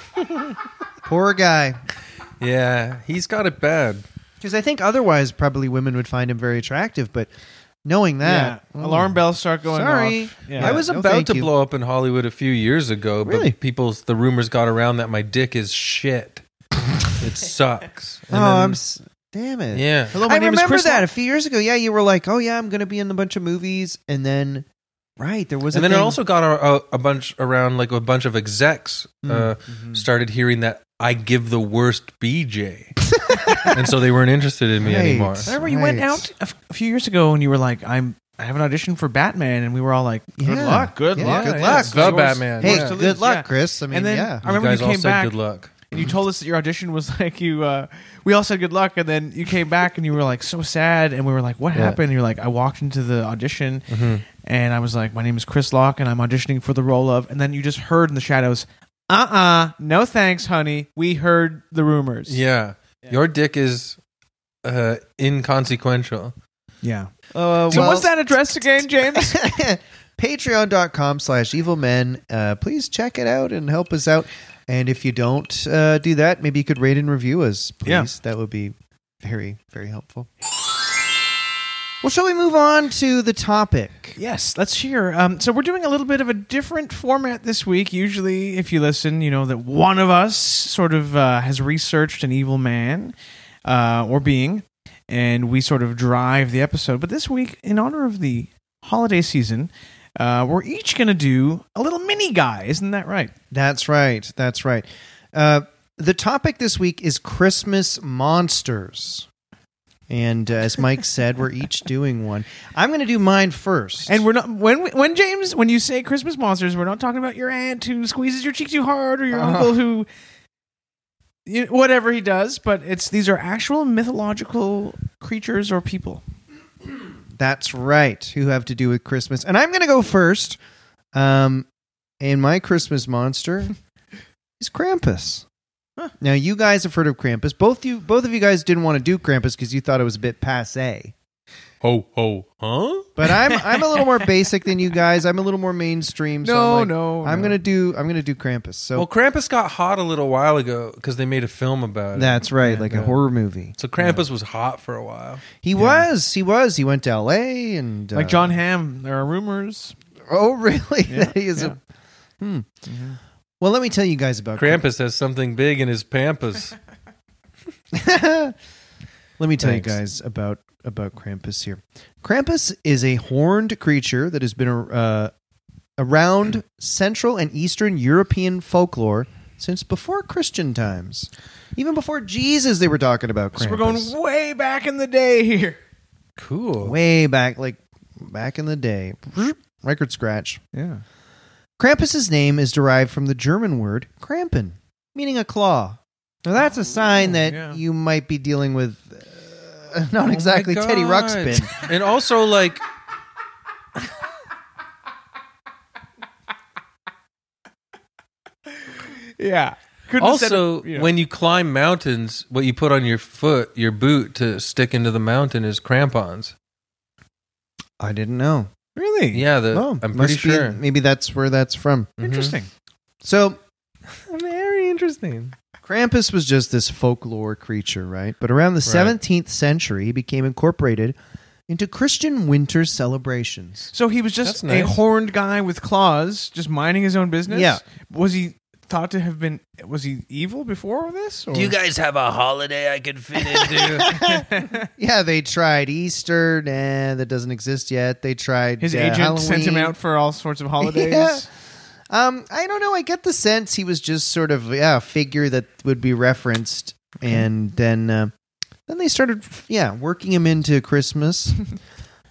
poor guy.
yeah, he's got it bad.
Because I think otherwise, probably women would find him very attractive. But knowing
yeah,
that, mm.
alarm bells start going
Sorry.
off. Yeah.
I was
no,
about
thank
to
you.
blow up in Hollywood a few years ago, but
Really?
people's the rumors got around that my dick is shit.
[laughs]
it sucks.
Oh,
And
I'm.
then-
s- Damn it.
yeah.
Hello, my
I
name
remember
is Chris.
that a few years ago. Yeah, you were like, "Oh yeah, I'm going to be in a bunch of movies," and then right there was.
and
a
then it
thing-
also got a, a, a bunch around, like a bunch of execs uh,
Mm-hmm.
Mhm.
started hearing that I give the worst BJ, [laughs] and so they weren't interested in me
Right.
anymore.
Remember you went
Right.
out a f- a few years ago and you were like, "I'm I have an audition for Batman," and we were all like, "Good
Yeah.
luck, good
Yeah,
luck,
good luck.
The Batman.
Hey,
Yeah.
good
lose,
luck,
yeah.
Chris. I mean,
and then
yeah.
I remember you,
guys all
came
said
back
good luck.
and you told us that your audition was [laughs] like you. Uh, we all said good luck, and then you came back and you were like so sad, and we were like, "What
Yeah. Mm-hmm.
happened?" And you're like, "I walked into the audition, and I was like, my name is Chris Locke, and I'm auditioning for the role of." And then you just heard in the shadows, "Uh uh no thanks, honey. We heard the rumors."
Yeah. Your dick is uh, inconsequential.
yeah.
Uh,
So
well-
what's that address again, James?
[laughs] patreon.com slash evil men uh, please check it out and help us out and if you don't uh, do that maybe you could rate and review us please
Yeah.
that would be very very helpful Well, shall we move on to the topic?
Yes, let's hear. Um, so we're doing a little bit of a different format this week. Usually, if you listen, you know that one of us sort of uh, has researched an evil man uh, or being, and we sort of drive the episode. But this week, in honor of the holiday season, uh, we're each going to do a little mini guy. Isn't that right?
That's right. That's right. Uh, the topic this week is Christmas monsters. And uh, as Mike said, we're each
[laughs]
doing one. I'm going to do mine first.
And we're not when we, when James when you say Christmas monsters, we're not talking about your aunt who squeezes your cheek too hard or your
Uh-huh.
uncle who you, whatever he does, but it's these are actual mythological creatures or people.
That's right. Who have to do with Christmas. And I'm going to go first. Um, and my
[laughs]
Christmas monster is Krampus.
Huh.
Now you guys have heard of Krampus. Both you, both of you guys didn't want to do Krampus because you thought it was a bit passe.
Ho ho, huh?
But I'm I'm a
[laughs]
little more basic than you guys. I'm a little more mainstream. So
No,
I'm like,
no,
I'm
Oh, no.
gonna do I'm gonna do Krampus. So
Well, Krampus got hot a little while ago because they made a film about it.
that's right,
And,
like a
uh,
horror movie.
So Krampus was hot for a while.
He was, he was. He went to L.A. and
Like
uh,
John Hamm, there are rumors.
[laughs] Oh, really?
Yeah,
That [laughs] he is
yeah. Mm-hmm.
a. Hmm. Well, let me tell you guys about
Krampus has something big in his pampas.
[laughs] Let me tell
Thanks.
you guys about about Krampus here. Krampus is a horned creature that has been uh, around Central and Eastern European folklore since before Christian times. Even before Jesus, they were talking about Krampus.
So we're going way [laughs] back in the day here.
Cool.
way back, like back in the day. Record scratch.
Yeah.
Krampus's name is derived from the German word "krampen," meaning a claw. Now that's
Oh,
a sign that
yeah.
you might be dealing with uh, [laughs] not
Oh my
exactly Teddy
God.
Ruxpin.
And also, like,
Yeah. [laughs] Couldn't have said
also
it, you know.
when you climb mountains, what you put on your foot, your boot to stick into the mountain is crampons.
I didn't know.
really
Yeah, the,
oh,
Uh, I'm pretty
must be-
sure.
[laughs] maybe that's where that's from.
Mhm.
interesting.
So
Very interesting.
Krampus was just this folklore creature, right? But around the 17th century, he became incorporated into Christian winter celebrations.
So he was
That's
just
nice.
a horned guy with claws, just minding his own business.
Yeah.
Was he thought to have been? Was he evil before this? Or?
guys have a holiday I could fit [laughs] into?
Yeah, they tried Easter, nah, that doesn't exist yet. They tried
His
uh,
agent sent him
Halloween.
out for all sorts of holidays.
[laughs] Yeah. Um, I don't know. I get the sense he was just sort of yeah, a figure that would be referenced, and then uh, then they started yeah working him into
[laughs]
Christmas.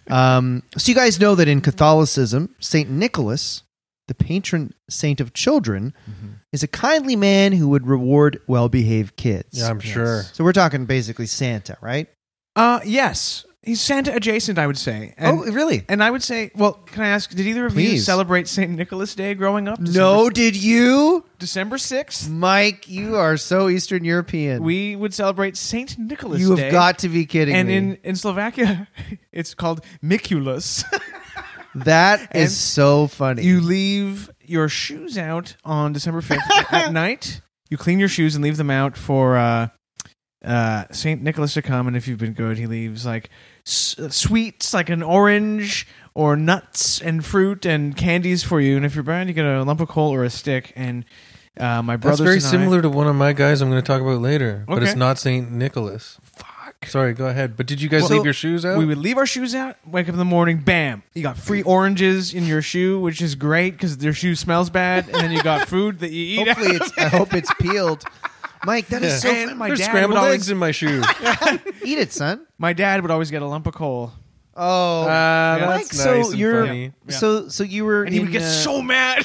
um, so you guys know that in Catholicism, Saint Nicholas, the patron saint of children,
Mm-hmm.
is a kindly man who would reward well-behaved kids.
yeah, I'm sure.
So we're talking basically Santa, right?
Uh, yes, he's Santa adjacent, I would say. And,
oh, really?
and I would say, well, can I ask? Did either of you
Please.
celebrate Saint Nicholas Day growing up?
No, did you,
December sixth.
Mike? You are so Eastern European.
We would celebrate Saint Nicholas.
you have
Day,
got to be kidding
And
me.
in, in Slovakia, [laughs] it's called Mikulus.
That
And
is so funny.
You leave your shoes out on December 5th
[laughs]
at night. You clean your shoes and leave them out for uh, uh, St. Nicholas to come. And if you've been good, he leaves like s- uh, sweets, like an orange or nuts and fruit and candies for you. And if you're bad, you get a lump of coal or a stick. And uh, my
That's
brother's
very
and I-
similar to one of my guys I'm going to talk about later, but it's
Okay.
not Saint Nicholas. Fuck. Sorry, go ahead. But did you guys
Well,
leave your shoes out?
we would leave our shoes out, wake up in the morning, bam, you got free oranges in your shoe, which is great because their shoe smells bad, and then you
[laughs]
got food that you [laughs]
Oh,
eat.
Hopefully, it's, I hope it's peeled. Mike, that is so.
And my
There's
dad would
scrambled
always-
eggs in my shoe.
Eat it, son.
My dad would always get a lump of coal, Uh,
Oh,
that's
Mike.
nice
so
and
you're
funny.
Yeah.
so so you were
and he
in,
would get
uh,
so mad.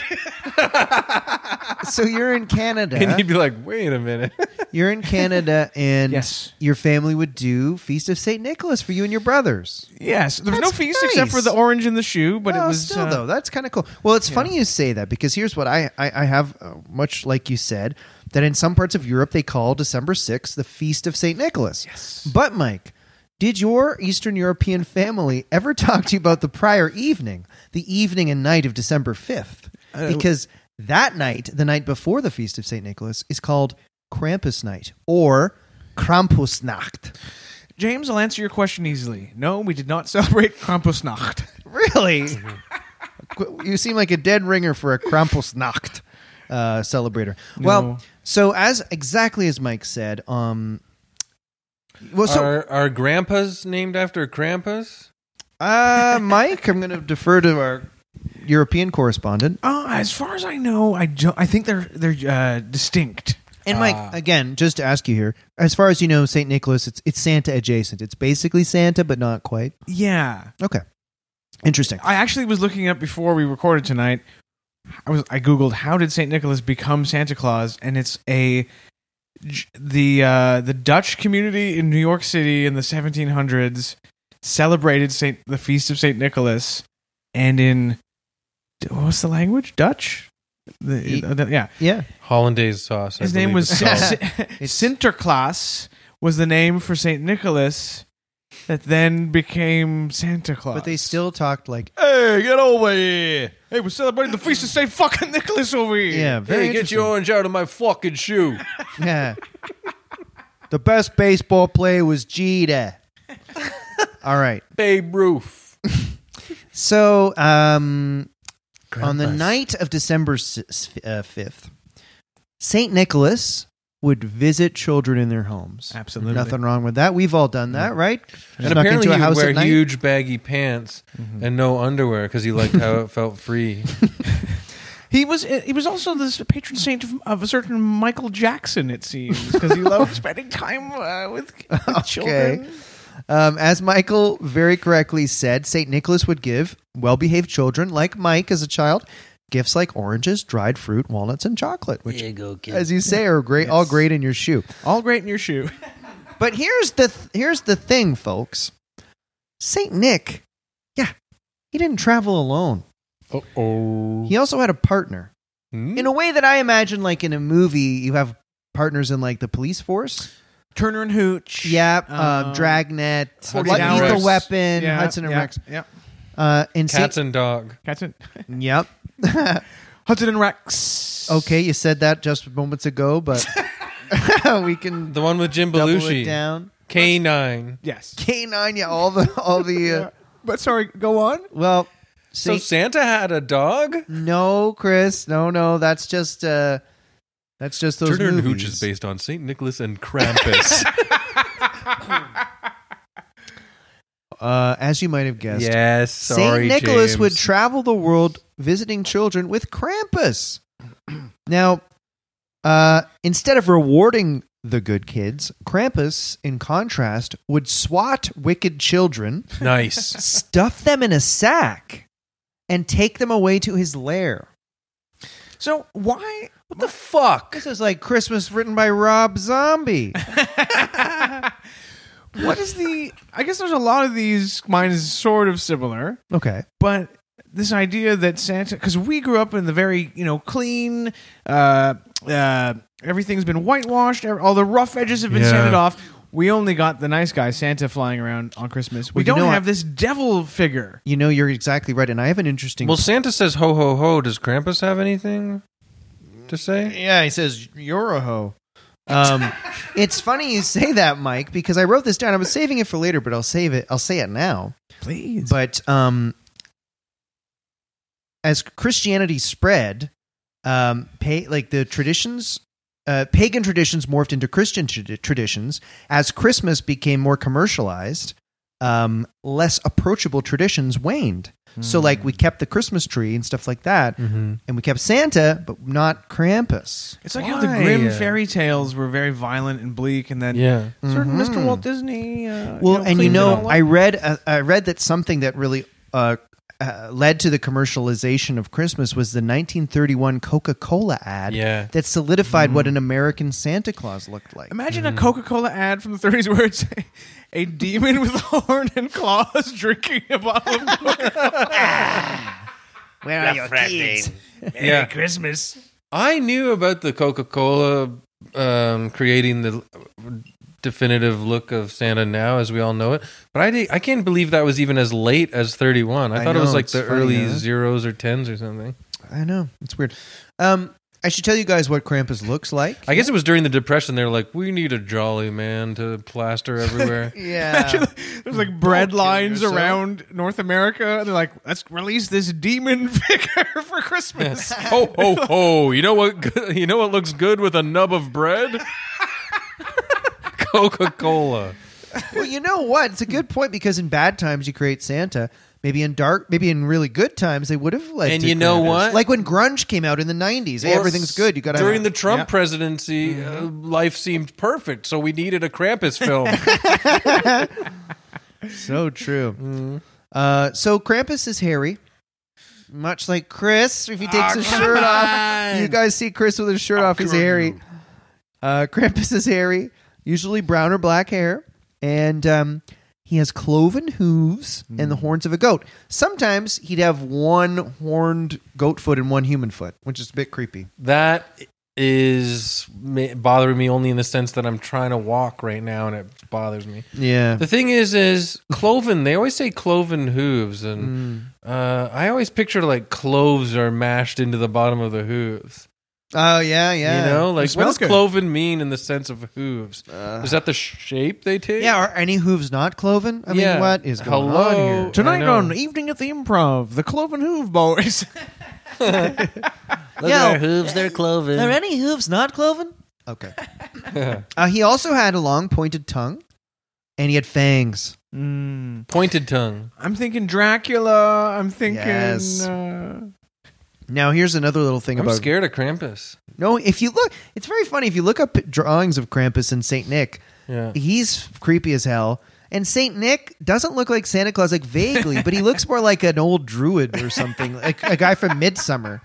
[laughs]
so you're
[laughs]
in
and
Canada.
he'd be like, "Wait a [laughs] minute."
you're in Canada,
[laughs]
and
Yes.
your family would do Feast of Saint Nicholas for you and your brothers.
yes, there was no
That's
feast except
nice.
for the orange in the shoe, but
Well,
it was
still
uh,
though that's kind of cool. Well, it's funny you say that because here's what I I, I have uh, much like you said that in some parts of Europe they call December 6th the Feast of Saint Nicholas.
Yes.
But Mike, did your Eastern European family ever [laughs] talk to you about the prior evening, the evening and night of December 5th? Because that night, the night before the Feast of Saint Nicholas, is called Krampus Night or Krampusnacht.
James, I'll answer your question easily. No, we did not [laughs] celebrate Krampusnacht.
Really? Qu- Mm-hmm. [laughs] you seem like a dead ringer for a Krampusnacht uh, celebrator.
No.
Well, so as exactly as Mike said, um, well, so
are, are grandpas named after Krampus?
uh, Mike, I'm going to defer to our European correspondent.
Oh, as far as I know, I do I think they're they're uh, distinct.
And Mike,
Ah.
again, just to ask you here, as far as you know, Saint Nicholas, it's it's Santa adjacent. It's basically Santa, but not quite.
Yeah,
Okay, interesting.
I actually was looking up before we recorded tonight. I was I googled how did Saint Nicholas become Santa Claus, and it's a J- the uh, the Dutch community in New York City in the 1700s celebrated Saint the feast of Saint Nicholas, and in what's the language Dutch. The,
Ye-
uh, the- yeah,
Yeah,
Hollandaise sauce. I
his name
believe
was
it's
Sin-
called.
[laughs]
[laughs]
Sa-
Sin- Sinterklaas was the name for Saint Nicholas, that then became Santa Claus.
but they still talked like
Hey, get over here. Hey, we're celebrating the feast of St. fucking Nicholas over here.
yeah. Very
Hey, get your
interesting.
orange out of my fucking shoe.
Yeah. the best baseball player was Jeter. All right.
[laughs] Babe Ruth.
So, um, on the
Krampus.
night of December s- s- uh, 5th, St. Nicholas would visit children in their homes.
Absolutely.
Nothing wrong with that. We've all done that, right?
And
Snuck
apparently
into a
he would
house at
wear
night.
huge baggy pants and no underwear because he liked how it felt [laughs] free. Mm.
He was he was also the patron saint of, of a certain Michael Jackson, it seems, because he
[laughs]
loved spending time uh, with, with children.
Um, as Michael very correctly said, St. Nicholas would give well behaved children, like Mike as a child, gifts like oranges, dried fruit, walnuts, and chocolate, which, as you say, are great, all great in your shoe.
All great in your shoe.
But here's the th- here's the thing, folks. Saint Nick, yeah, he didn't travel alone.
Uh oh.
He also had a partner.
Hmm.
In a way that I imagine, like in a movie, you have partners in like the police force.
Turner and Hooch.
Yeah, uh,
Um,
Dragnet, Le-
40
Lethal
Hours.
Weapon,
Yeah,
Hudson and
yeah,
Rex.
Yeah.
Uh, and Saint-
Cats and dog.
Hudson.
Yep.
[laughs] Hudson and Rex.
okay, you said that just moments ago, but [laughs] we can
The one with Jim
double it
Belushi.
down.
K9.
Yes.
K9, yeah, all the all the uh,
But sorry, go on.
well,
So
Saint
Santa had a dog?
No, Chris. No, no. That's just uh that's just those
Turner and
movies.
Hooch is based on St. Nicholas and
[laughs]
Krampus.
Uh, as you might have guessed.
yes,
Saint Nicholas would travel the world visiting children with Krampus. [clears throat] now, uh, instead of rewarding the good kids, Krampus, in contrast, would swat wicked children, [laughs]
nice.
stuff them in a sack, and take them away to his lair.
So why?
What the fuck?
This is like Christmas written by Rob Zombie.
[laughs] What is the? I guess there's a lot of these. Mine is sort of similar.
Okay.
but this idea that Santa, because we grew up in the very you know clean, uh, uh, everything's been whitewashed, ev- all the rough edges have been
Yeah.
sanded off. We only got the nice guy Santa flying around on Christmas. We
Well, you
don't
know,
have
I-
this devil figure.
You know, you're exactly right. And I have an interesting
Well, Santa says ho ho ho. Does Krampus have anything to say?
Yeah, he says you're a hoe. Um, [laughs] it's funny you say that, Mike, because I wrote this down. I was saving it for later, but I'll save it. I'll say it now.
Please,
But um, as Christianity spread, um, pa- like the traditions, uh, pagan traditions morphed into Christian trad- traditions. As Christmas became more commercialized, um, less approachable traditions waned. So, like, we kept the Christmas tree and stuff like
Hmm.
that,
Mm-hmm.
and we kept Santa, but not Krampus.
it's like how the
Why?
grim fairy tales were very violent and bleak, and then
Yeah.
certain
Mhm.
Mr. Walt Disney. Uh,
Well, and you
cleaned it
know,
all
I
up.
read uh, I read that something that really uh, uh, led to the commercialization of Christmas was the 1931 Coca-Cola ad
Yeah.
that solidified what an American Santa Claus looked like.
imagine a Coca Cola ad from the 30s where it's a, a demon with horn and claws [laughs] drinking a bottle of
Where are your kids?
[laughs]
Yeah.
Christmas.
I knew about the Coca Cola um, creating the definitive look of Santa now, as we all know it. But I, di- I can't believe that was even as late as 31. I,
I
thought it
know,
was like
it's
the
funny,
early
huh?
zeros or tens or something.
I know it's weird. Um, I should tell you guys what Krampus looks
[laughs]
like.
I guess it was during the Depression. They were like, we need a jolly man to plaster
[laughs]
everywhere.
yeah.
[laughs] There's like bread
kill
lines
yourself.
around North America. And they're like, let's release this demon [laughs] figure for Christmas.
oh, oh, oh! You know what? go- You know what looks good with a nub of bread? Coca Cola.
well, you know what? It's a good point because in bad times you create Santa. Maybe in dark, maybe in really good times they would have led.
And
to
you know
Krampus.
what?
Like when grunge came out in the '90s, hey, everything's good. You got
during the
have, Mm-hmm.
Trump
Yeah.
presidency, uh, life seemed perfect, so we needed a Krampus
[laughs]
film.
so true.
Mm-hmm.
Uh, so Krampus is hairy, much like Chris. If he takes his shirt
Ah,
off, you guys see Chris with his
Oh,
shirt off. He's hairy. Uh, Krampus is hairy, usually brown or black hair, and um, he has cloven hooves and
Mm.
the horns of a goat. Sometimes he'd have one horned goat foot and one human foot, which is a bit creepy.
that is ma- bothering me only in the sense that I'm trying to walk right now, and it bothers me.
Yeah.
The thing is, is cloven. They always say cloven hooves, and uh, I always picture like cloves are mashed into the bottom of the hooves.
Oh yeah, yeah.
You know, like what
smells
does
good.
cloven mean in the sense of hooves? is that the shape they take?
yeah. Are any hooves not cloven? I mean,
Yeah.
what is going
Hello?
on here?
I
Tonight
know.
on Evening at the Improv, the Cloven Hoof Boys.
Look
Yeah.
at our hooves, they're cloven.
[laughs] Are any hooves not cloven? Okay. uh, he also had a long pointed tongue, and he had fangs.
Mm.
[laughs] Pointed tongue.
[laughs] I'm thinking Dracula. I'm thinking.
Yes.
Uh,
Now here's another little thing
I'm
about
scared of Krampus.
no. If you look, it's very funny. If you look up drawings of Krampus and Saint Nick,
Yeah.
he's creepy as hell. And Saint Nick doesn't look like Santa Claus, like vaguely,
[laughs]
but he looks more like an old druid or something, like a guy from Midsummer.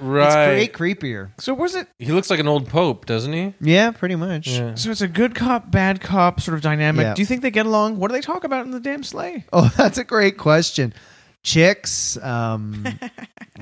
Right.
It's way creepier.
so was it?
He looks like an old pope, doesn't he?
Yeah, pretty much.
Yeah.
So it's a good cop, bad cop sort of dynamic.
Yeah.
Do you think they get along? What do they talk about in the damn sleigh?
Oh, [laughs] that's a great question. Chicks,
[laughs]
um,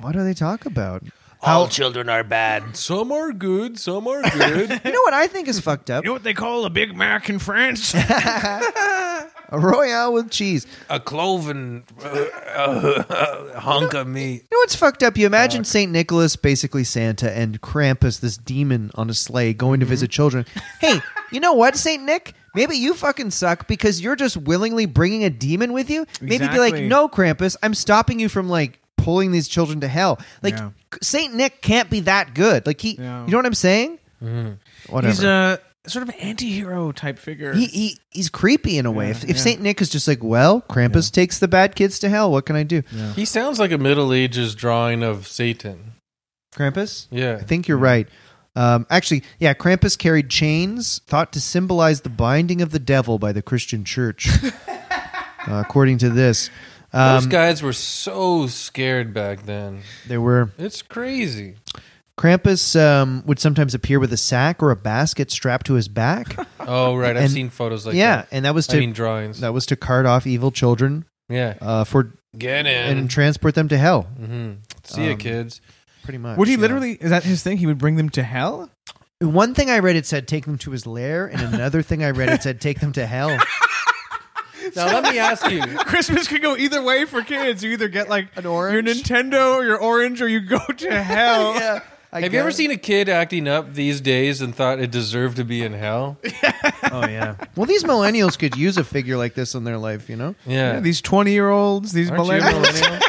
what do they talk about?
All children are bad.
Some are good, some are good. [laughs]
You know what I think is fucked up?
know what they call a Big Mac in [laughs] France?
A royale with cheese. You
a cloven uh, uh, [laughs] hunk of meat.
know what's fucked up? You imagine St. Nicholas, basically Santa, and Krampus, this demon on a sleigh, going to
Mm-hmm.
visit
[laughs]
children. Hey, you know what, St. Nick? Maybe you fucking suck because you're just willingly bringing a demon with you. Maybe be like,
Exactly.
no, Krampus, I'm stopping you from like pulling these children to hell. Like,
Yeah.
St. Nick can't be that good. Like, he,
No.
you know what I'm saying? Whatever.
He's uh, a sort of anti-hero type figure.
he, he he's creepy in a way. if if Saint Nick is just like, well, Krampus takes the bad kids to hell. What can I do,
He sounds like a Middle Ages drawing of Satan.
Krampus?
Yeah.
I think you're right. Um, actually, yeah, Krampus carried chains thought to symbolize the binding of the devil by the Christian
[laughs]
Church, uh, according to this.
Those
Um,
guys were so scared back then.
they were
It's crazy.
Krampus um, would sometimes appear with a sack or a basket strapped to
[laughs]
his back.
Oh right, I've
And-
seen photos like
yeah,
that.
and that was to
I mean drawings.
that was to cart off evil children
Yeah,
uh, for
get in.
and transport them to hell.
hmm See ya,
Um,
kids.
Pretty much.
would he
yeah.
literally? Is that his thing? He would bring them to hell. [laughs]
One thing I read it said take them to his lair, and another thing I read it said take them to hell.
[laughs] Now let me ask
[laughs]
you.
Christmas could go either way for kids. You either get like
An orange.
your Nintendo, or your orange, or you go to
[laughs]
hell.
Have you ever seen a kid acting up these days and thought it deserved to be in
[laughs]
hell?
Oh yeah. Well, these millennials could use a figure like this in their life, you know.
Yeah.
Yeah, these twenty-year-olds, these
Aren't you a
millennials.
millennial?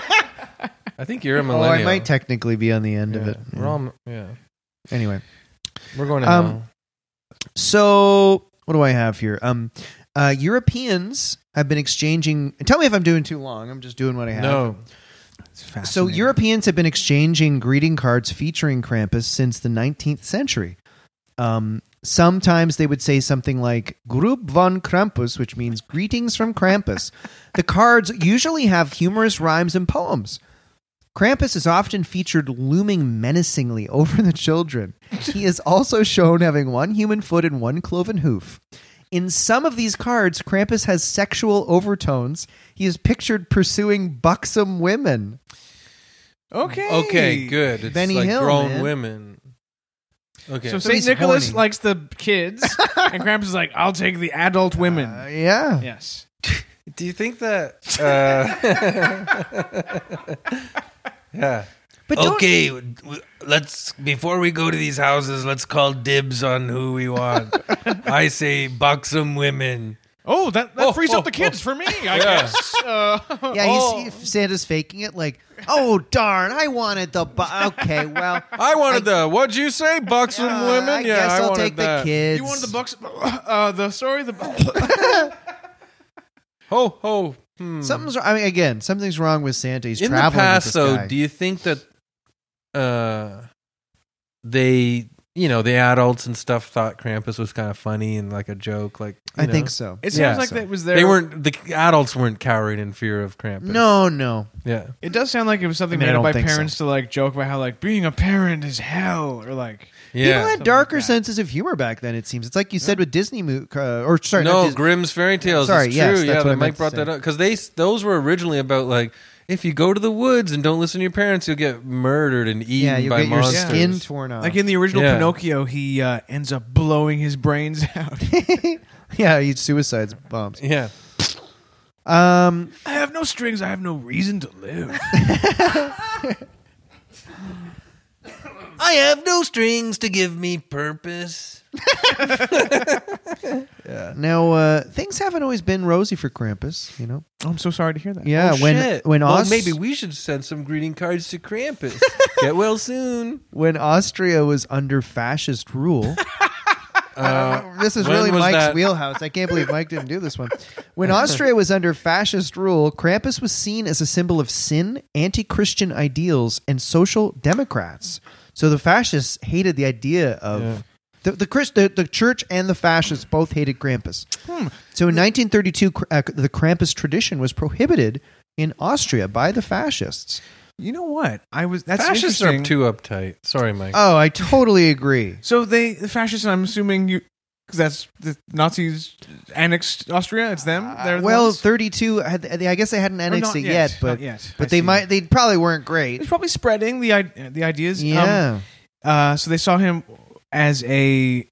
I think you're a
[laughs] Oh,
millennial.
I might technically be on the end of
Yeah.
it. Yeah.
We're all mi- yeah.
Anyway,
We're going to
Um,
hell.
so what do I have here? Um, uh, Europeans have been exchanging. Tell me if I'm doing too long. I'm just doing what I have.
No.
[laughs]
So Europeans have been exchanging greeting cards featuring Krampus since the 19th century. Um, sometimes they would say something like "Grub von Krampus," which means "greetings from Krampus." the cards usually have humorous rhymes and poems. Krampus is often featured looming menacingly over the children. He is also shown having one human foot and one cloven hoof. In some of these cards, Krampus has sexual overtones. He is pictured pursuing buxom women.
okay,
Okay, good. It's
Benny
like
Hill,
grown
man.
women. Okay.
So
So,
Saint
he's
Nicholas
horny.
likes the kids, and Krampus is like, "I'll take the adult women."
Uh, yeah.
yes.
[laughs]
do you think that uh, Yeah.
But don't-
okay, w- w- let's before we go to these houses, let's call dibs on who we
[laughs]
want. I say box some women.
Oh, that, that
Oh,
frees
oh,
up the kids for me, I
[laughs]
guess. Uh,
Yeah, he's,
Oh.
he- Santa's faking it. Like, oh darn, I wanted the. Bu- okay, well,
I wanted the what'd you say? Box [laughs] some
uh,
women?
I
yeah,
guess
I
will
wanted
take
that.
the kids.
you wanted the bucks? Uh, the sorry, the bu-
[laughs] Ho ho. Hmm.
Something's. I mean, again, something's wrong with Santa. He's
in the
traveling.
past
with this
though
guy.
do you think that uh they you know the adults and stuff thought krampus was kind of funny and like a joke like you
I think
know?
so.
It seems
Yeah,
like
so-
that was there.
they weren't the adults weren't cowering in fear of krampus
No, no.
yeah
It does sound like it was something
I mean, I
made up by
don't think so.
parents to like joke about how like being a parent is hell or like
People
yeah
had
like
darker
that.
senses of humor back then. It seems. It's like you said with Disney mo- uh, or sorry, not
no
Disney-
grimm's fairy tales
Sorry,
it's true
yes,
yeah
that's what
that
I meant
mike
to
brought
say.
that up because they those were originally about like if you go to the woods and don't listen to your parents you'll get murdered and eaten
yeah, you
by
get your
monsters
skin torn off. [laughs]
like in the original
Uh, Yeah.
Pinocchio, he uh, ends up blowing his brains [laughs] out.
yeah, he suicides bombs.
yeah
Um,
I have no strings. I have no reason to
[laughs]
live.
i have no strings to give me purpose
now uh, things haven't always been rosy for Krampus. You know.
Oh, I'm so sorry to hear that.
Yeah,
Oh,
when
shit.
when
well,
Aus-
maybe we should send some greeting cards to
[laughs]
Krampus. Get well soon.
when Austria was under
[laughs]
fascist rule.
Uh,
this is
When
really
was
Mike's
that?
wheelhouse. I can't believe Mike didn't do this one.
[laughs]
When Austria was under fascist rule, Krampus was seen as a symbol of sin, anti Christian ideals, and social democrats. So the fascists hated the idea of.
Yeah.
The, the, Christ, the, the church and the fascists both hated Krampus.
Hmm.
So in 1932, Kr- uh, the Krampus tradition was prohibited in Austria by the fascists.
You know what? I was that's
fascists are
interesting.
too uptight. Sorry, Mike.
Oh, I totally agree.
So they the fascists. I'm assuming you because that's the Nazis annexed Austria. It's them. They're the
Uh, well,
ones?
32, had, they- I guess they hadn't
Or
annexed
not
it yet, but
not yet.
but
I
they
see.
might they probably weren't
It's
great.
probably spreading the i- the ideas. Um,
Yeah.
uh, so they saw him as a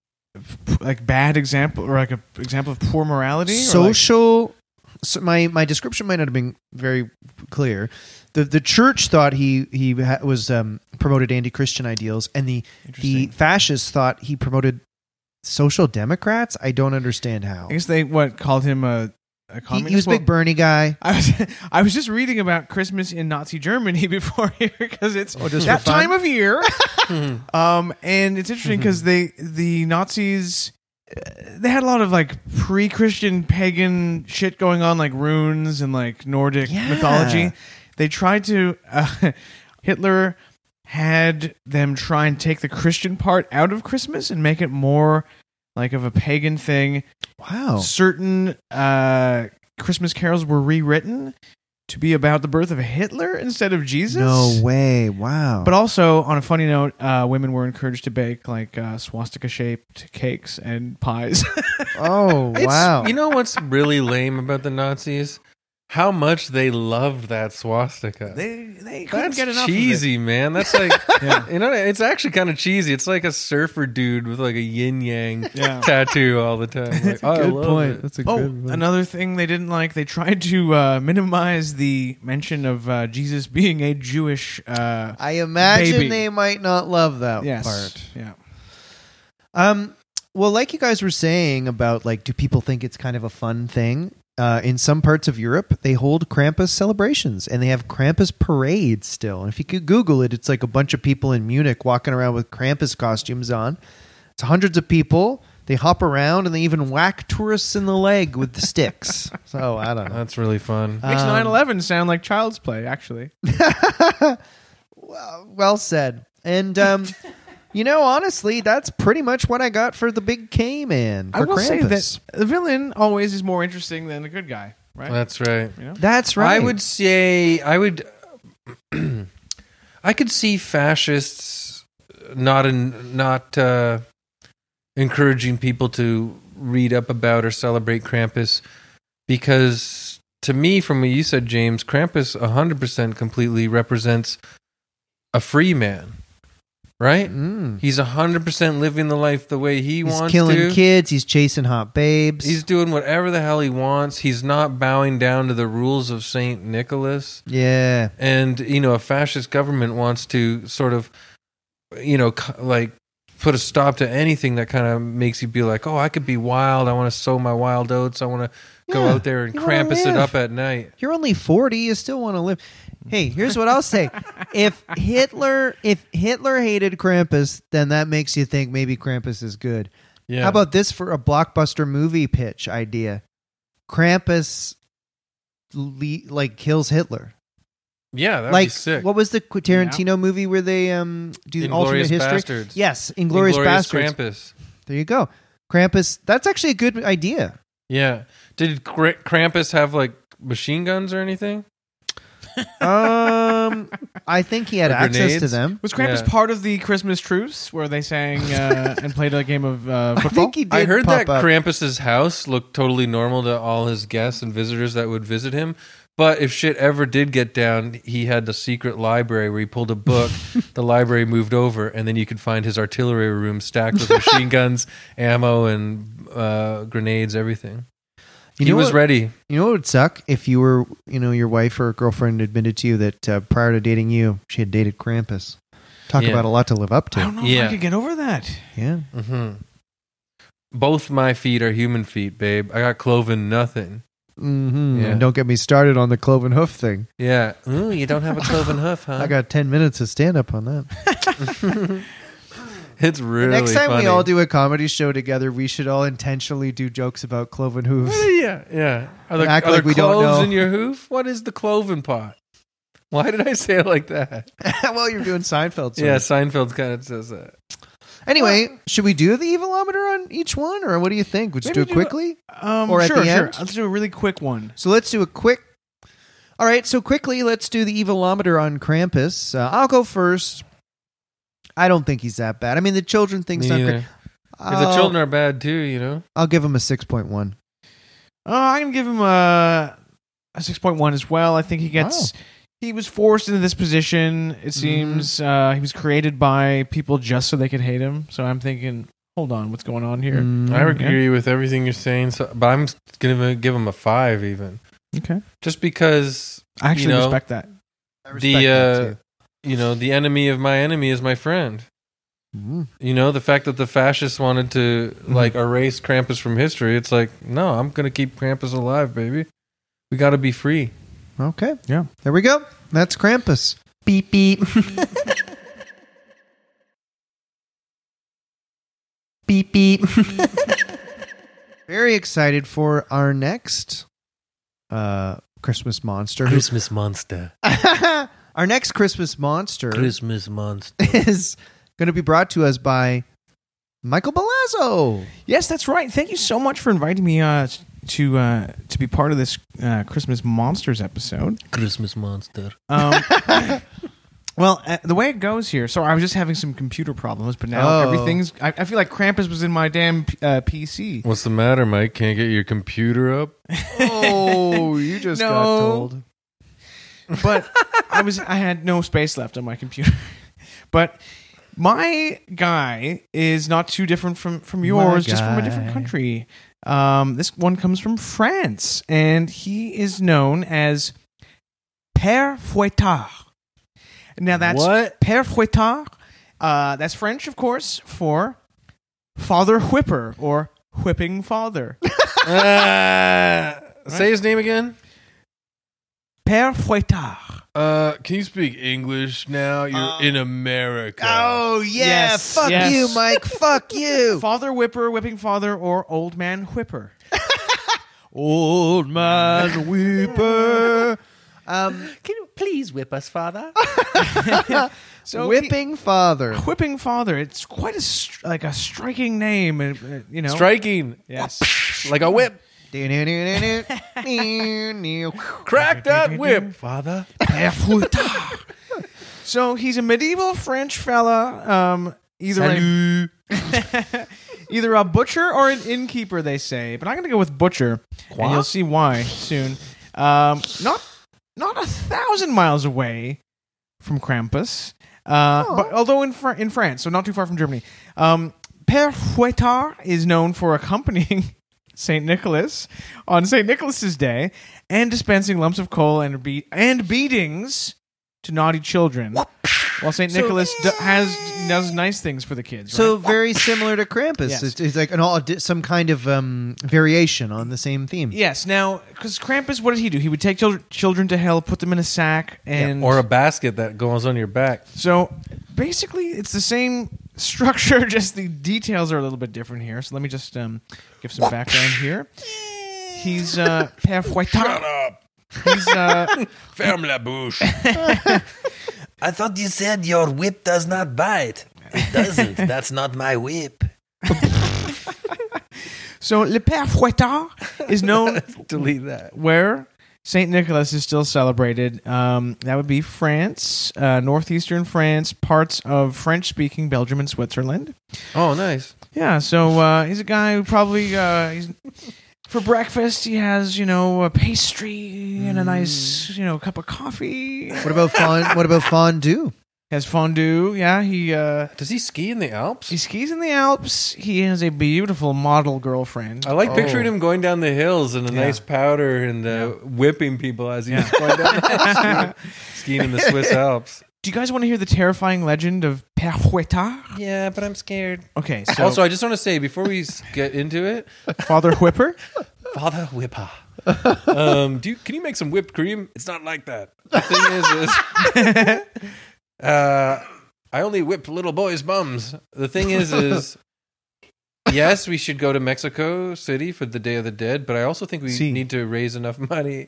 like bad example or like a example of poor morality. or like-
social so my my description might not have been very clear. The the church thought he he ha- was um, promoted anti-Christian ideals and the the
Interesting.
fascists thought he promoted social democrats. I don't understand how.
I guess they what called him a, a
He,
communist.
he was a
Well,
big Bernie guy.
I was [laughs] I was just reading about Christmas in Nazi Germany [laughs] before here because it's
Oh, just for
that
fun?
time of year.
Uh,
[laughs]
um, and it's interesting because they
Mm-hmm.
the Nazis uh, they had a lot of like pre-Christian pagan shit going on, like runes and like Nordic
Yeah.
mythology. They tried to uh, [laughs] Hitler had them try and take the Christian part out of Christmas and make it more like of a pagan thing
Wow.
certain uh, Christmas carols were rewritten to be about the birth of Hitler instead of Jesus.
No way. Wow.
But also, on a funny note, uh, women were encouraged to bake like uh, swastika-shaped cakes and pies. [laughs]
oh,
It's-
wow.
You know what's really lame about the Nazis? How much they loved that swastika.
they they couldn't
That's
get enough. of it.
cheesy, man. That's like
[laughs] Yeah.
you know, it's actually kind of cheesy. It's like a surfer dude with like a yin yang
[laughs]
[laughs]
Yeah.
tattoo all the time. Like, oh, I
good
love
point.
it.
That's a
Oh,
good one.
another thing they didn't like, they tried to uh, minimize the mention of uh, Jesus being a Jewish. Uh,
I imagine
Baby.
they might not love that
yes.
part.
Yeah.
Um, well, like you guys were saying about like, do people think it's kind of a fun thing? Uh, in some parts of Europe, they hold Krampus celebrations and they have Krampus parades still. And if you could Google it, it's like a bunch of people in Munich walking around with Krampus costumes on. It's hundreds of people. They hop around and they even whack tourists in the leg with sticks. so I don't know.
That's really fun.
Makes
Um,
9-11 sound like child's play, actually.
Well, well said. And
[laughs]
um, you know, honestly, that's pretty much what I got for the Big K Man.
I
for
will say
Krampus.
that the villain always is more interesting than the good guy, right?
That's right.
that's right.
I would say I would [clears throat] I could see fascists not in, not uh, encouraging people to read up about or celebrate Krampus because to me from what you said James Krampus 100% completely represents a free man right?
Mm.
He's hundred percent living the life the way he
He's
wants
killing
to.
kids. He's chasing hot babes.
He's doing whatever the hell he wants. He's not bowing down to the rules of Saint Nicholas.
yeah.
And you know, a fascist government wants to sort of, you know, c- like put a stop to anything that kind of makes you be like, oh, I could be wild. I want to sow my wild oats. I want to go
Yeah,
out there and
you wanna
Krampus it
live.
up at night.
You're only 40. You still want to live. Hey, here's what I'll say. if Hitler, if Hitler hated Krampus, then that makes you think maybe Krampus is good.
Yeah.
How about this for a blockbuster movie pitch idea? Krampus, le- like kills Hitler.
yeah? That'd
like
be sick.
what was the Qu- Tarantino movie where they um do alternate
Inglourious
history?
Bastards.
Yes, Inglorious Bastards.
Krampus.
There you go. Krampus. That's actually a good idea.
Yeah. Did Kra- Krampus have like machine guns or anything?
Um, I think he had
Or
access to
grenades?
them. [laughs]
Was Krampus
Yeah.
part of the Christmas truce where they sang
[laughs]
uh, and played a game of uh,
I
football?
think he did.
I heard
pop
that
up.
Krampus's house looked totally normal to all his guests and visitors that would visit him. But if shit ever did get down, he had the secret library where he pulled a book.
[laughs]
the library moved over, and then you could find his artillery room stacked
[laughs]
with machine guns, ammo, and uh, grenades, everything. he
You know
was
what-
ready.
You know what would suck if you were, you know, your wife or girlfriend admitted to you that uh, prior to dating you, she had dated Krampus. Talk
Yeah.
about a lot to live up
I
to.
don't know if
Yeah.
I could get over that.
Yeah.
hmm Both my feet are human feet, babe. I got cloven nothing.
Mm-hmm.
Yeah.
And don't get me started on the cloven hoof thing.
Yeah. Ooh, you don't have a cloven hoof, huh?
[laughs] I got ten minutes of stand up on that.
it's really
Next time
funny.
we all do a comedy show together, we should all intentionally do jokes about cloven hooves. [laughs]
Yeah, yeah. Are there,
Act
are
like
there
we don't
cloves
know.
in your hoof? What is the cloven pot? Why did I say it like that?
[laughs] well, you're doing Seinfeld.
Yeah,
Yeah.
Seinfeld kind of says that.
Anyway, should we do the evilometer on each one, or what do you think? Let's
Maybe
do it
do a-
quickly.
Um,
Or at
sure,
the
sure.
end?
Let's do a really quick one.
So let's do a quick. All right, so quickly, let's do the evilometer on Krampus. Uh, I'll go first. I don't think he's that bad. I mean, the children thinks
Me
not
neither.
great. uh,
'Cause the children are bad too, you know.
I'll give him a six point one.
Uh, I'm gonna give him a, a six point one as well. I think he
Oh.
gets. He was forced into this position.
Mm-hmm.
It seems uh, he was created by people just so they could hate him. So I'm thinking, hold on, what's going on here?
Mm, I agree with everything you're saying, so, but I'm gonna give him a five even,
Okay,
just because
I actually
You know,
respect that.
the uh, you know the enemy of my enemy is my friend.
Mm.
You know the fact that the fascists wanted to like erase Krampus from history. It's like no, I'm gonna keep Krampus alive, baby. We got to be free.
okay,
Yeah.
there we go. That's Krampus. Beep beep. [laughs] beep beep. [laughs] Very excited for our next uh, Christmas monster. who's
monster.
[laughs] Our next Christmas monster
Christmas monster.
is going to be brought to us by Michael Balazzo.
Yes, that's right. Thank you so much for inviting me uh, to uh, to be part of this uh, Christmas Monsters episode.
Christmas monster.
Um, well, uh, the way it goes here. So I was just having some computer problems, but now
Oh.
everything's. I, I feel like Krampus was in my damn uh, PC.
What's the matter, Mike? Can't get your computer [laughs] up?
Oh, [laughs] you just
No.
got told.
but I was I had no space left on my computer. [laughs] But my guy is not too different from from yours, just from a different
guy.
country. Um, this one comes from France, and he is known as Père Fouettard. Now that's
What?
Père Fouettard. Uh, that's French, of course, for Father Whipper or Whipping
[laughs]
Father.
Ah! Say his name again.
Père Fouettard.
Uh, can you speak English now? You're in America.
Oh, yeah.
Yes, yes.
Mike. [laughs] Fuck you.
Father Whipper, Whipping Father, or Old Man Whipper? old Man Whipper.
Um,
Can you please whip us, Father?
So
whipping father.
he- Whipping Father. It's quite a str- like a striking name, uh, uh, you know.
Striking [laughs]
Yes.
like a whip. Crack that whip, father.
so he's a medieval French fella, um, either a, [laughs] either a butcher or an innkeeper, they say. But I'm going to go with butcher, and you'll see why soon. Um, not not a thousand miles away from Krampus. Uh, but although in Fran in France, so not too far from Germany, um, Père Fouettard is known for accompanying [laughs] Saint Nicholas on Saint Nicholas's Day and dispensing lumps of coal and be- and beatings to naughty children. While Saint Nicholas d- has does nice things for the kids.
So
right?
very similar to Krampus.
Yes.
It's, it's like an all some kind of um, variation on the same theme.
yes, now because Krampus, what did he do? He would take chil- children to hell, put them in a sack, and
or a basket that goes on your back.
So basically, it's the same [laughs] structure, just the details are a little bit different here. So let me just um, give some background here. He's uh,
[laughs]
Père Fouettard. He's uh,
Ferme la bouche.
I thought you said your whip does not bite. It doesn't. That's not my whip.
so Le Père Fouettard is known
[laughs] Delete that.
where Saint Nicholas is still celebrated. Um, that would be France, uh, northeastern France, parts of French-speaking Belgium and Switzerland.
[laughs] Oh, nice.
Yeah, so uh, he's a guy who probably uh, he's, for breakfast he has you know a pastry and a nice
Mm.
you know cup of coffee.
What about fond? what about fondue?
He has fondue. Yeah, he uh,
Does he ski in the Alps?
he skis in the Alps. He has a beautiful model girlfriend.
I like
Oh.
picturing him going down the hills in a nice powder and uh, whipping people as he's going down [laughs] the ski, skiing in the [laughs] Swiss Alps.
Do you guys want to hear the terrifying legend of Père Fouettard?
Yeah, but I'm scared.
Okay, so
also, [laughs] I just want to say before we s- get into it,
Father Whipper.
Father
[laughs]
Whipper, um, do you, can you make some whipped cream? It's not like that. The thing is, is
[laughs]
uh, I only whip little boys' bums. The thing is, is yes, we should go to Mexico City for the Day of the Dead, but I also think we
See.
need to raise enough money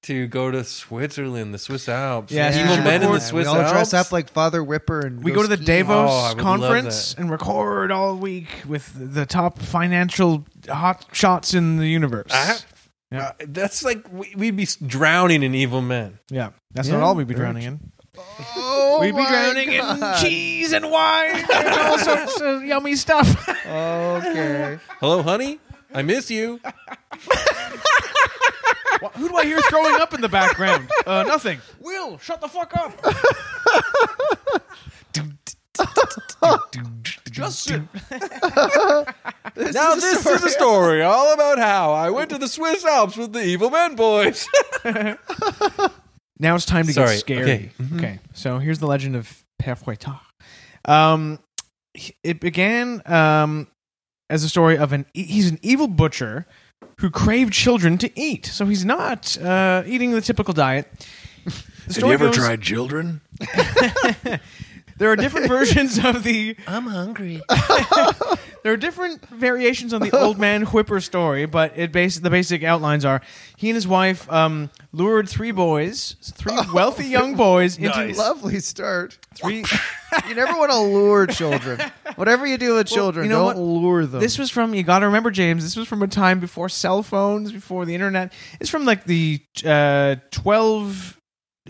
to go to Switzerland, the Swiss Alps,
Yeah,
evil
we should
men in the
record-
Swiss
we all
Alps.
dress up like Father Whipper and
We go to the
skiing.
Davos
Oh, I would love
conference and record all week with the top financial hot shots in the universe.
I-
Yeah.
uh, that's like we- we'd be s- drowning in evil men.
Yeah, that's
Yeah,
not all we'd be
very
drowning in.
Oh
we'd be
my
drowning
God.
in cheese and [laughs] wine and all sorts of yummy stuff. [laughs]
Okay.
Hello, honey. [laughs] I miss you.
Wha- Who do I hear throwing up in the [laughs] background? Uh, nothing. Will, shut the fuck [laughs] up. Just sit.
now this is a story all about how I went to the Swiss Alps with the evil men boys. [laughs]
Now it's time to
Sorry,
get scary.
okay.
Okay. Mm-hmm. So here's the legend of Père Fouettard. Um, he- it began um, as a story of an e- he's an evil butcher who craved children to eat. So he's not uh, eating the typical diet. The story goes-
children?
There are different versions of the.
I'm hungry.
There are different variations on the old man whipper story, but it bas- the basic outlines are he and his wife um, lured three boys, three wealthy young boys, into
Lovely start.
three.
You never want to lure children. Whatever you do with children,
you know
don't lure them.
This was from you got to remember, James. This was from a time before cell phones, before the internet. It's from like the uh, twelve. Uh,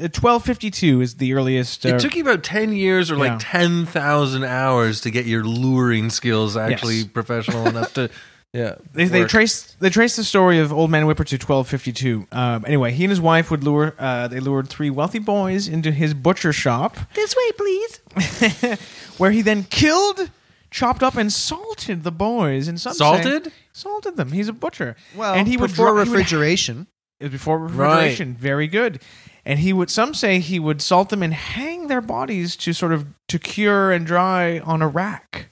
1252 is the earliest. Uh,
It took you about 10 years or like
Yeah.
10,000 hours to get your luring skills actually
Yes.
professional enough to. [laughs] Yeah.
they, they
work.
traced they traced the story of Old Man Whipper to 1252. Um, anyway, he and his wife would lure uh, they lured three wealthy boys into his butcher shop,
This way, please.
[laughs] where he then killed, chopped up, and salted the boys. And some say-
Salted?
salted them. He's a butcher.
well,
and he would
before
dri- he would
refrigeration.
It was [laughs] before refrigeration. Very good. And he would. Some say he would salt them and hang their bodies to sort of to cure and dry on a rack.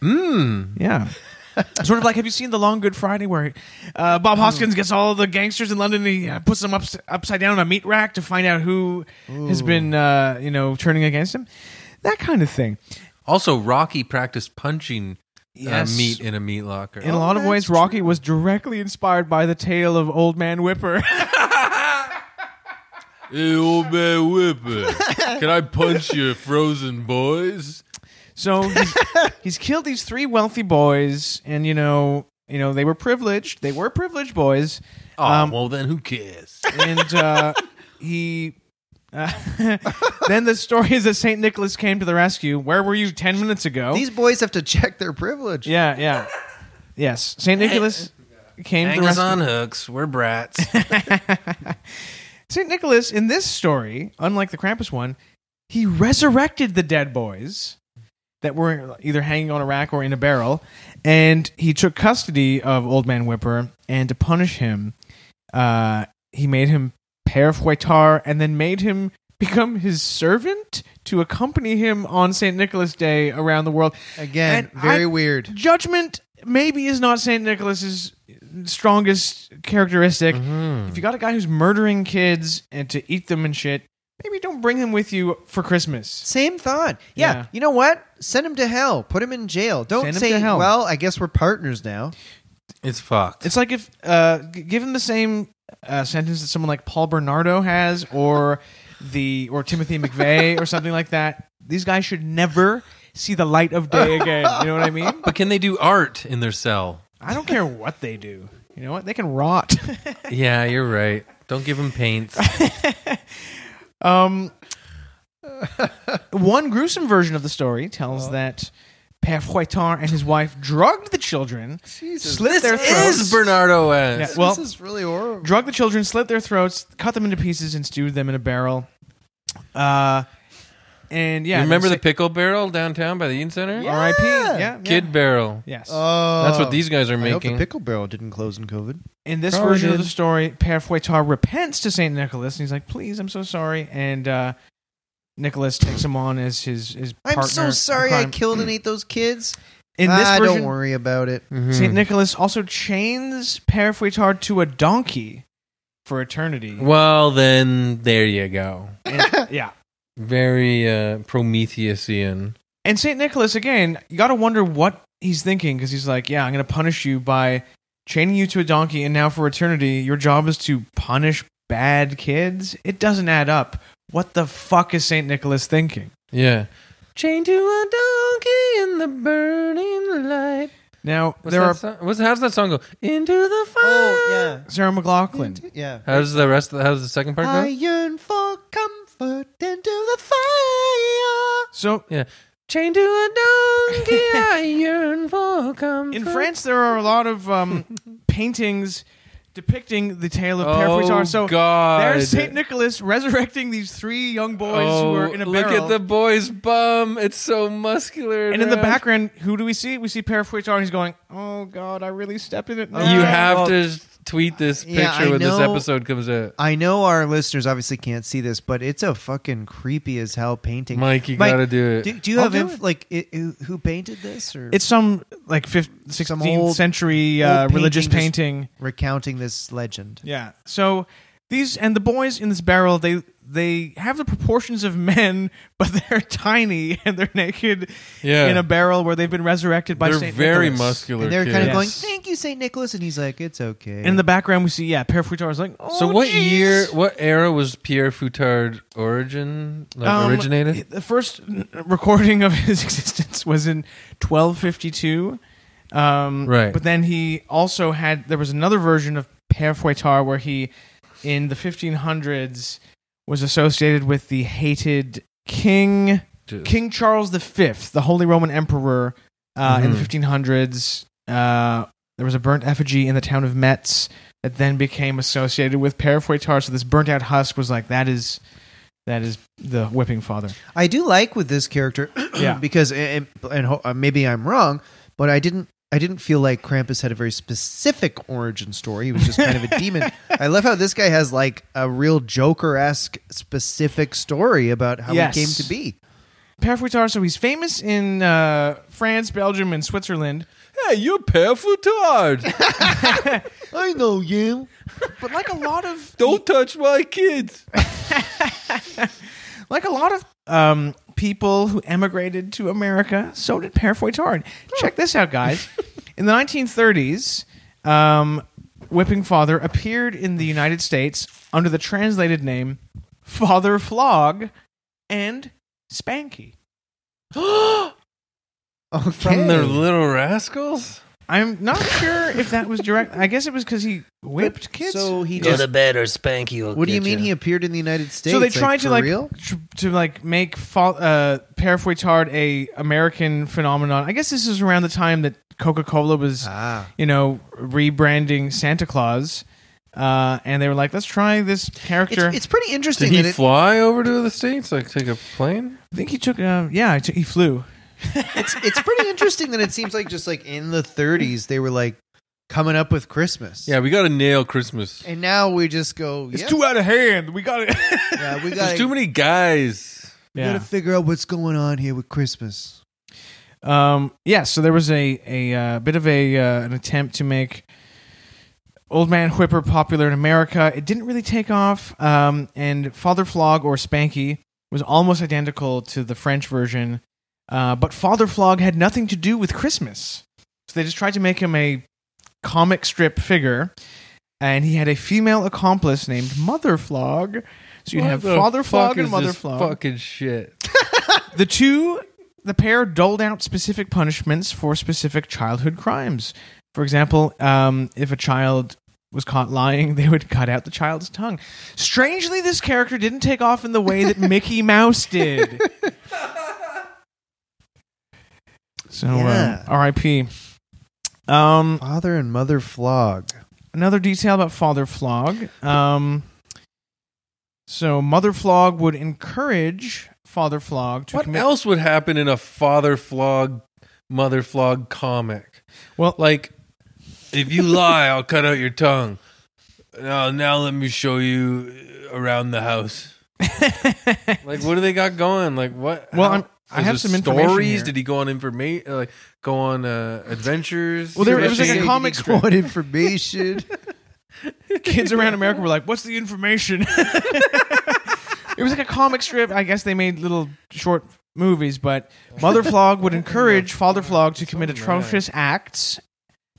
Mm.
Yeah. [laughs] sort of like, have you seen the Long Good Friday where uh, Bob Hoskins gets all the gangsters in London and he uh, puts them ups- upside down on a meat rack to find out who has been, uh, you know, turning against him? That kind of thing.
Also, Rocky practiced punching uh,
Yes.
meat in a meat locker.
In a lot of
that's
ways, Rocky was directly inspired by the tale of Old Man Whipper. [laughs]
Hey, old man [laughs] Whipper, can I punch your frozen boys?
So he's, [laughs] he's killed these three wealthy boys, and you know, you know, they were privileged. They were privileged boys,
Oh,
Um,
well, then who cares?
and uh, he. Uh, [laughs] then the story is that Saint Nicholas came to the rescue. Where were you ten minutes ago?
These boys have to check their privilege.
yeah, yeah, yes. Saint Nicholas came to
Hang
the
us
rescue.
on hooks.
[laughs]
We're brats.
Saint Nicholas in this story, unlike the Krampus one, he resurrected the dead boys that were either hanging on a rack or in a barrel, and he took custody of Old Man Whipper. And to punish him, uh, he made him pair fouettard and then made him [laughs] become his servant to accompany him on Saint Nicholas Day around the world.
Again,
And
very
I-
weird.
Judgment maybe is not Saint Nicholas's strongest characteristic. If you got a guy who's murdering kids and to eat them and shit, maybe don't bring him with you for Christmas.
Same thought. Yeah,
Yeah.
You know what? Send him to hell. Put him in jail. Don't
Send him
say,
to hell.
well, I guess we're partners now.
It's fucked.
It's like if uh, g- give him the same uh, sentence that someone like Paul Bernardo has, or the or Timothy McVeigh, or something like that. These guys should never see the light of day again. You know what I mean?
but can they do art in their cell?
I don't care what they do. You know what? They can rot. [laughs]
Yeah, you're right. Don't give them
[laughs]
paints.
Um, [laughs] one gruesome version of the story
Oh.
tells that Père Fouettard and his wife drugged the children, slit their throats.
is Bernardo S.
Yeah, well,
this is really horrible.
drugged the children, slit their throats, cut them into pieces, and stewed them in a barrel. Uh, and yeah,
you remember the
and
pickle barrel downtown by the Eaton Center?
say- R.I.P. Yeah, yeah.
Kid barrel.
Yes.
Oh,
That's what these guys are
I hope the
making.
pickle barrel didn't close in COVID.
in this
Probably
version of
did.
the story, Père Fouettard repents to Saint Nicholas, and he's like, "Please, I'm so sorry." And uh, Nicholas takes him on as his his.
I'm
partner
so
in
sorry I
crime.
killed and ate those [clears throat] kids.
In this
ah,
version,
don't worry about [gasps] it.
Mhm.
Saint Nicholas also chains Père Fouettard to a donkey for eternity.
Well, then there you go.
And- yeah.
Very uh, Prometheus-ian.
And Saint Nicholas again, you got to wonder what he's thinking because he's like, "Yeah, I'm going to punish you by chaining you to a donkey, and now for eternity, your job is to punish bad kids." It doesn't add up. What the fuck is Saint Nicholas thinking?
Yeah. Chained to a donkey in the burning light.
Now
What's
there
that
are
song? What's, how's that song go? Into the fire.
Oh,
Sarah McLaughlin.
yeah. Yeah.
How's the rest? Of the, how's the second part
I
go?
yearn for comfort into the fire.
So
Chained to a
[laughs]
donkey, I yearn for comfort.
in France, there are a lot of
[laughs]
um, paintings depicting the tale of Père
oh
Fouettard. So
God!
There's Saint Nicholas resurrecting these three young boys
Oh,
who are in a
look
barrel.
at the boy's bum. It's so muscular.
and in the
round.
background, who do we see? We see Père Fouettard. and He's going, "Oh God, I really stepped in it." now."
you
Uh,
have
well-
to tweet this picture
Yeah, I
when this
know.
episode comes out.
I know our listeners obviously can't see this, but it's a fucking creepy as hell painting.
Mike, you
Mike,
gotta do it.
Do, do you
I'll
have
do
inf-
it.
like i who, who painted this or
It's some like fifth,
Some
sixteenth
old-
century uh,
old
religious
painting
painting.
just- recounting this legend?
Yeah. So these and the boys in this barrel, they they have the proportions of men, [laughs] but they're tiny [laughs] and they're naked
Yeah.
in a barrel where they've been resurrected by
They're
Saint
very
Nicholas.
muscular.
And they're
kids.
kind of
Yes.
going, "Thank you, Saint Nicholas," and he's like, "It's okay."
In the background, we see yeah, Parafouettard is like. Oh,
So what
geez."
year, what era was Pierre Foutard origin like
Um,
originated?
The first recording of [laughs] his existence was in 1252. Um,
Right.
But then he also had there was another version of Père Fouettard where he, in the 1500s, was associated with the hated king King Charles V, the Holy Roman Emperor, uh, in the
Mhm.
1500s. Uh, there was a burnt effigy in the town of Metz that then became associated with Père Fouettard. So this burnt out husk was like that is that is the whipping father.
I do like with this character, [clears throat]
Yeah.
because and, and ho- uh, maybe I'm wrong, but I didn't. I didn't feel like Krampus had a very specific origin story. He was just kind of
[laughs]
a demon. I love how this guy has like a real Joker esque specific story about how
Yes.
he came to be.
Père Fouettard. So he's famous in uh, France, Belgium, and Switzerland.
Hey, you're Pierre
[laughs]
Foutard.
I know you.
But like a lot of
Don't touch my kids.
like a lot of um, people who emigrated to America, so did Père Fouettard. Check this out, guys. in the 1930s, um, Whipping Father appeared in the United States under the translated name Father Flog and Spanky.
Okay.
From their little rascals.
I'm not sure if that was direct. I guess it was because he whipped kids.
So he
Go
just.
to bed or spank you.
What do you mean he appeared in the United States?
so they tried
for
to like
real?
tr- to like make fa- uh, Père Fouettard a American phenomenon. I guess this is around the time that Coca Cola was
Ah,
you know, rebranding Santa Claus. Uh, and they were like, let's try this
It's,
character.
it's pretty interesting
Did he
that it,
fly over to the states? Like take a plane?
I think he took, uh, yeah, he, took, he flew.
it's it's pretty interesting that it seems like just like in the 30s they were like coming up with Christmas.
Yeah, we got to nail Christmas.
And now we just go.
It's
yeah,
too out of hand. We got it. [laughs]
yeah, we got
There's too many guys.
got to figure out what's going on here with Christmas.
Um, yeah, so there was a a uh, bit of a uh, an attempt to make Old Man Whipper popular in America. It didn't really take off, um, and Father Flog or Spanky was almost identical to the French version, uh, but Father Flog had nothing to do with Christmas. So they just tried to make him a comic strip figure, and he had a female accomplice named Mother Flog. So you'd have
What the
Father Flog
fuck
and
is
Mother
this
Flog.
Fucking shit.
The two, the pair doled out specific punishments for specific childhood crimes. For example, um, if a child was caught lying, [laughs] they would cut out the child's tongue. Strangely, this character didn't take off in the way that
[laughs]
Mickey Mouse
[laughs]
did. So,
Yeah.
um, R.I.P. Um,
Father and mother flog.
another detail about Father Flog. Um, so, Mother Flog would encourage Father Flog to
What
commit.
else would happen in a father flog, mother flog comic?
Well,
Like, if you lie, I'll cut out your tongue. Now, now let me show you around the house. Like, what do they got going? Like, what?
[laughs] Well, I'm- I
is
have
it
some information
stories.
here.
Did he go on information? Like, go on uh, adventures?
Well, there- it was like a
Fishing?
com- comic strip.
What
[laughs]
information?
kids around America were like, "What's the information?" [laughs] it was like a comic strip. I guess they made little short movies, but
[laughs]
Mother Flog would encourage Father Flog to commit atrocious acts,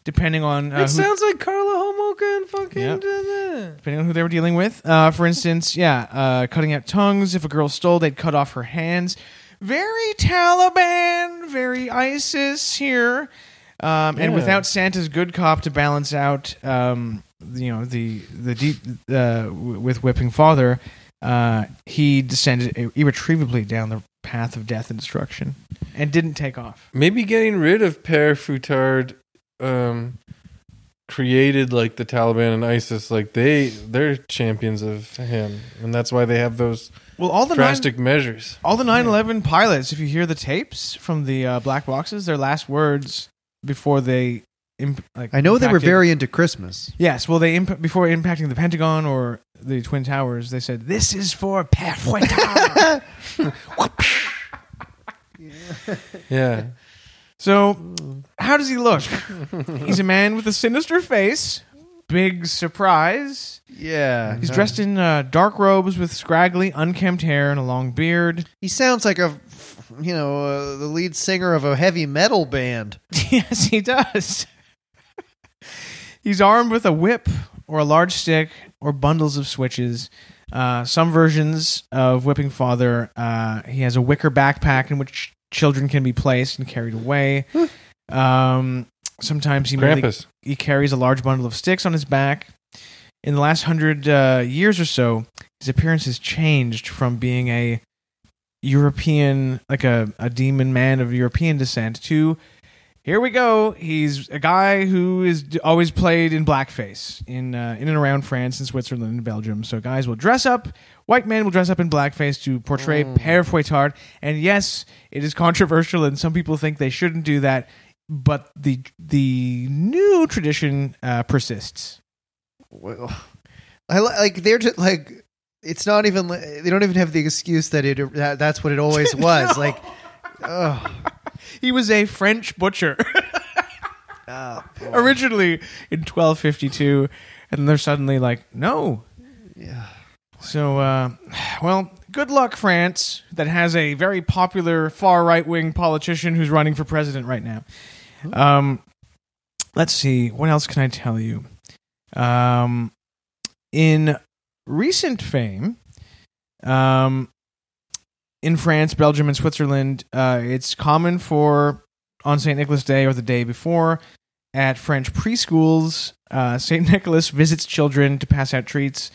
depending on uh,
It
who,
sounds like Carla Homoka and fucking.
Yep.
da-da.
depending on who they were dealing with. Uh, for instance, yeah, uh, cutting out tongues. If a girl stole, they'd cut off her hands. Very Taliban, very ISIS here, um, and
Yeah.
without Santa's good cop to balance out, um, you know, the the deep uh, w- with whipping father, uh, he descended ir- irretrievably down the path of death and destruction, and didn't take off.
Maybe getting rid of Père Foutard um, created like the Taliban and ISIS. Like they, they're champions of him, and that's why they have those
Well, all the
drastic measures.
All the 9 11 pilots, if you hear the tapes from the uh, black boxes, their last words before they. Imp- like
I know they were
impacted-
very into Christmas.
Yes, well, they imp- before impacting the Pentagon or the Twin Towers, they said, This is for
[laughs]
Perfuetar.
Yeah,
so, how does he look? He's a man with a sinister face. Big surprise.
Yeah.
He's dressed in uh, dark robes with scraggly, unkempt hair and a long beard.
He sounds like a, you know, uh, the lead singer of a heavy metal band.
[laughs] yes, he does. He's armed with a whip or a large stick or bundles of switches. Uh, some versions of Whipping Father, uh, he has a wicker backpack in which children can be placed and carried away. um, sometimes he merely
Krampus.
he carries a large bundle of sticks on his back. In the last hundred uh, years or so, his appearance has changed from being a European, like a, a demon man of European descent, to here we go. He's a guy who is d- always played in blackface in uh, in and around France and Switzerland and Belgium. So guys will dress up. White men will dress up in blackface to portray Père Fouettard. And yes, it is controversial, and some people think they shouldn't do that but the the new tradition uh, persists.
Well, I li- like they're just like it's not even li- they don't even have the excuse that it that, that's what it always
[laughs]
was like. Oh,
He was a French butcher [laughs] originally in 1252, and they're suddenly like, no.
yeah.
So, uh, well, good luck, France, that has a very popular far right wing politician who's running for president right now. Um, let's see, what else can I tell you? Um, in recent fame, um, in France, Belgium, and Switzerland, uh, it's common for on St. Nicholas Day or the day before at French preschools, uh, St. Nicholas visits children to pass out treats,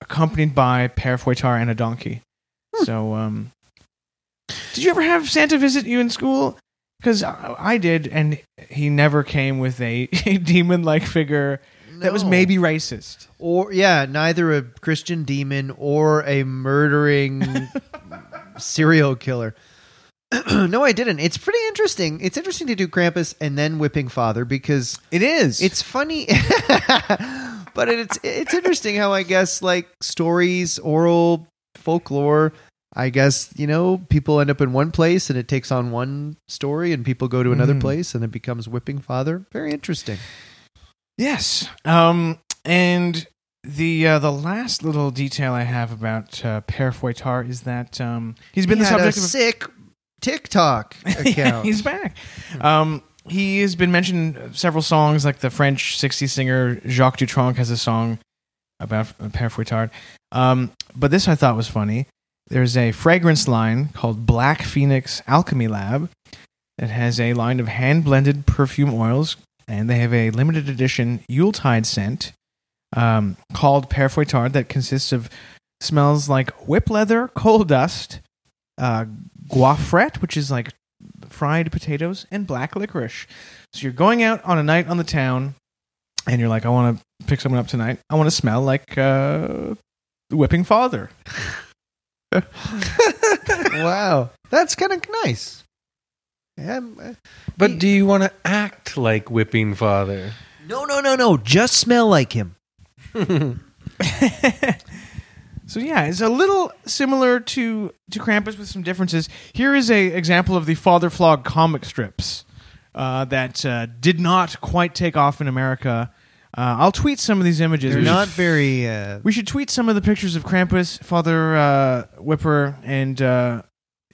accompanied by Père Fouettard and a donkey. So, um, did you ever have Santa visit you in school? [laughs] Because I I did, and he never came with a, a demon like figure that was maybe racist.
or yeah, neither a Christian demon or a murdering serial killer. [clears throat] no, I didn't. It's pretty interesting. It's interesting to do Krampus and then whipping father because
It is.
it's funny. [laughs] but it's it's interesting how I guess like stories, oral folklore, I guess, you know, people end up in one place and it takes on one story and people go to another
Mhm.
place and it becomes whipping father. Very interesting.
yes. Um, and the uh, the last little detail I have about uh, Père Fouettard is that um, he's been
He
the
had
subject
a
of a
sick TikTok
[laughs] Yeah,
account.
he's back. Um, he has been mentioned in several songs, like the French 60s singer Jacques Dutronc has a song about Père Fouettard. Um, but this I thought was funny. There's a fragrance line called Black Phoenix Alchemy Lab that has a line of hand blended perfume oils, and they have a limited edition Yuletide scent um, called Père Fouettard that consists of smells like whip leather, coal dust, uh, goiffret, which is like fried potatoes and black licorice. So you're going out on a night on the town, and you're like, I want to pick someone up tonight. I want to smell like uh, whipping father.
[laughs] wow, that's kind of nice. Yeah, uh,
But do you want to act like whipping father?
no, no, no, no. Just smell like him.
so yeah, it's a little similar to to Krampus with some differences. Here is a example of the father flog comic strips uh, that uh, did not quite take off in America. Uh, I'll tweet some of these images.
They're
We should
not very. Uh,
We should tweet some of the pictures of Krampus, Father uh, Whipper, and uh,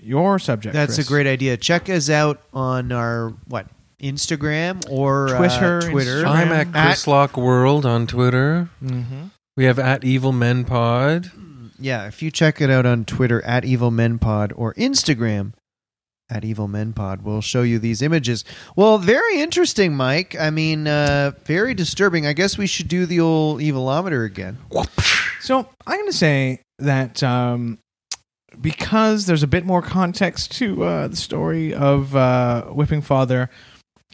your subject.
that's a
Chris.
great idea. Check us out on our what Instagram or uh,
Twitter,
Twitter.
Instagram.
I'm at Chris Lock World on Twitter.
Mhm.
We have at Evil Men Pod.
Yeah, if you check it out on Twitter at Evil Men Pod or Instagram at Evil Men Pod, we'll show you these images. Well, very interesting, Mike. I mean, uh, very disturbing. I guess we should do the old evilometer again.
So I'm going to say that um, because there's a bit more context to uh, the story of uh, Whipping Father,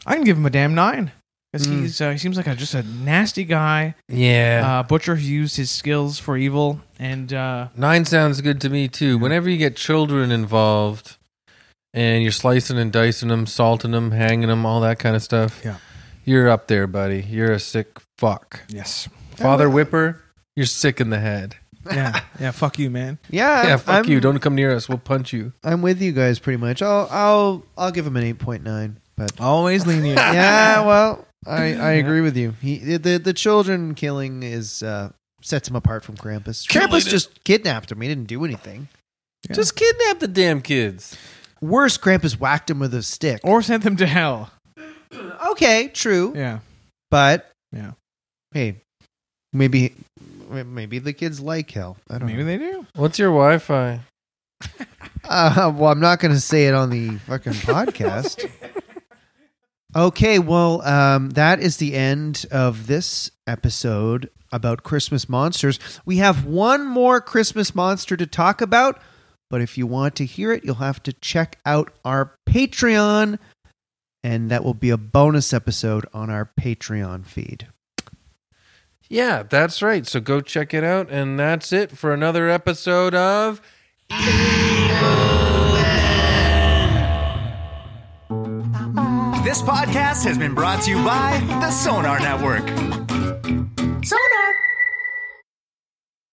I'm going to give him a damn nine. Because
Mm.
he's uh, he seems like a, just a nasty guy,
Yeah.
uh, butcher who used his skills for evil, and uh,
Nine sounds good to me too. Whenever you get children involved and you're slicing and dicing them, salting them, hanging them, all that kind of stuff,
Yeah.
you're up there, buddy. You're a sick fuck.
yes,
Father Whipper, you're sick in the head.
yeah, yeah, fuck you, man.
Yeah,
Yeah, fuck
Um, I'm-
you. Don't come near us. We'll punch you.
I'm with you guys pretty much. I'll I'll I'll give him an eight point nine. But
Always lenient.
[laughs] yeah, well,
[laughs]
I, I agree with you. He the the children killing is uh, sets him apart from Krampus. Krampus just kidnapped him. He didn't do anything.
Yeah.
Just kidnap the damn kids.
Worse, Krampus whacked him with a stick.
or sent them to hell.
okay, true,
Yeah.
but
Yeah.
hey, maybe maybe the kids like hell. I don't
Maybe
know.
they do.
What's your Wi Fi?
Uh, well, I'm not going to say it on the fucking podcast. Okay, well, um, that is the end of this episode about Christmas monsters. We have one more Christmas monster to talk about, but if you want to hear it, you'll have to check out our Patreon, and that will be a bonus episode on our Patreon feed.
Yeah, that's right. So go check it out. And that's it for another episode of.
This podcast has been brought to you by the Sonar Network.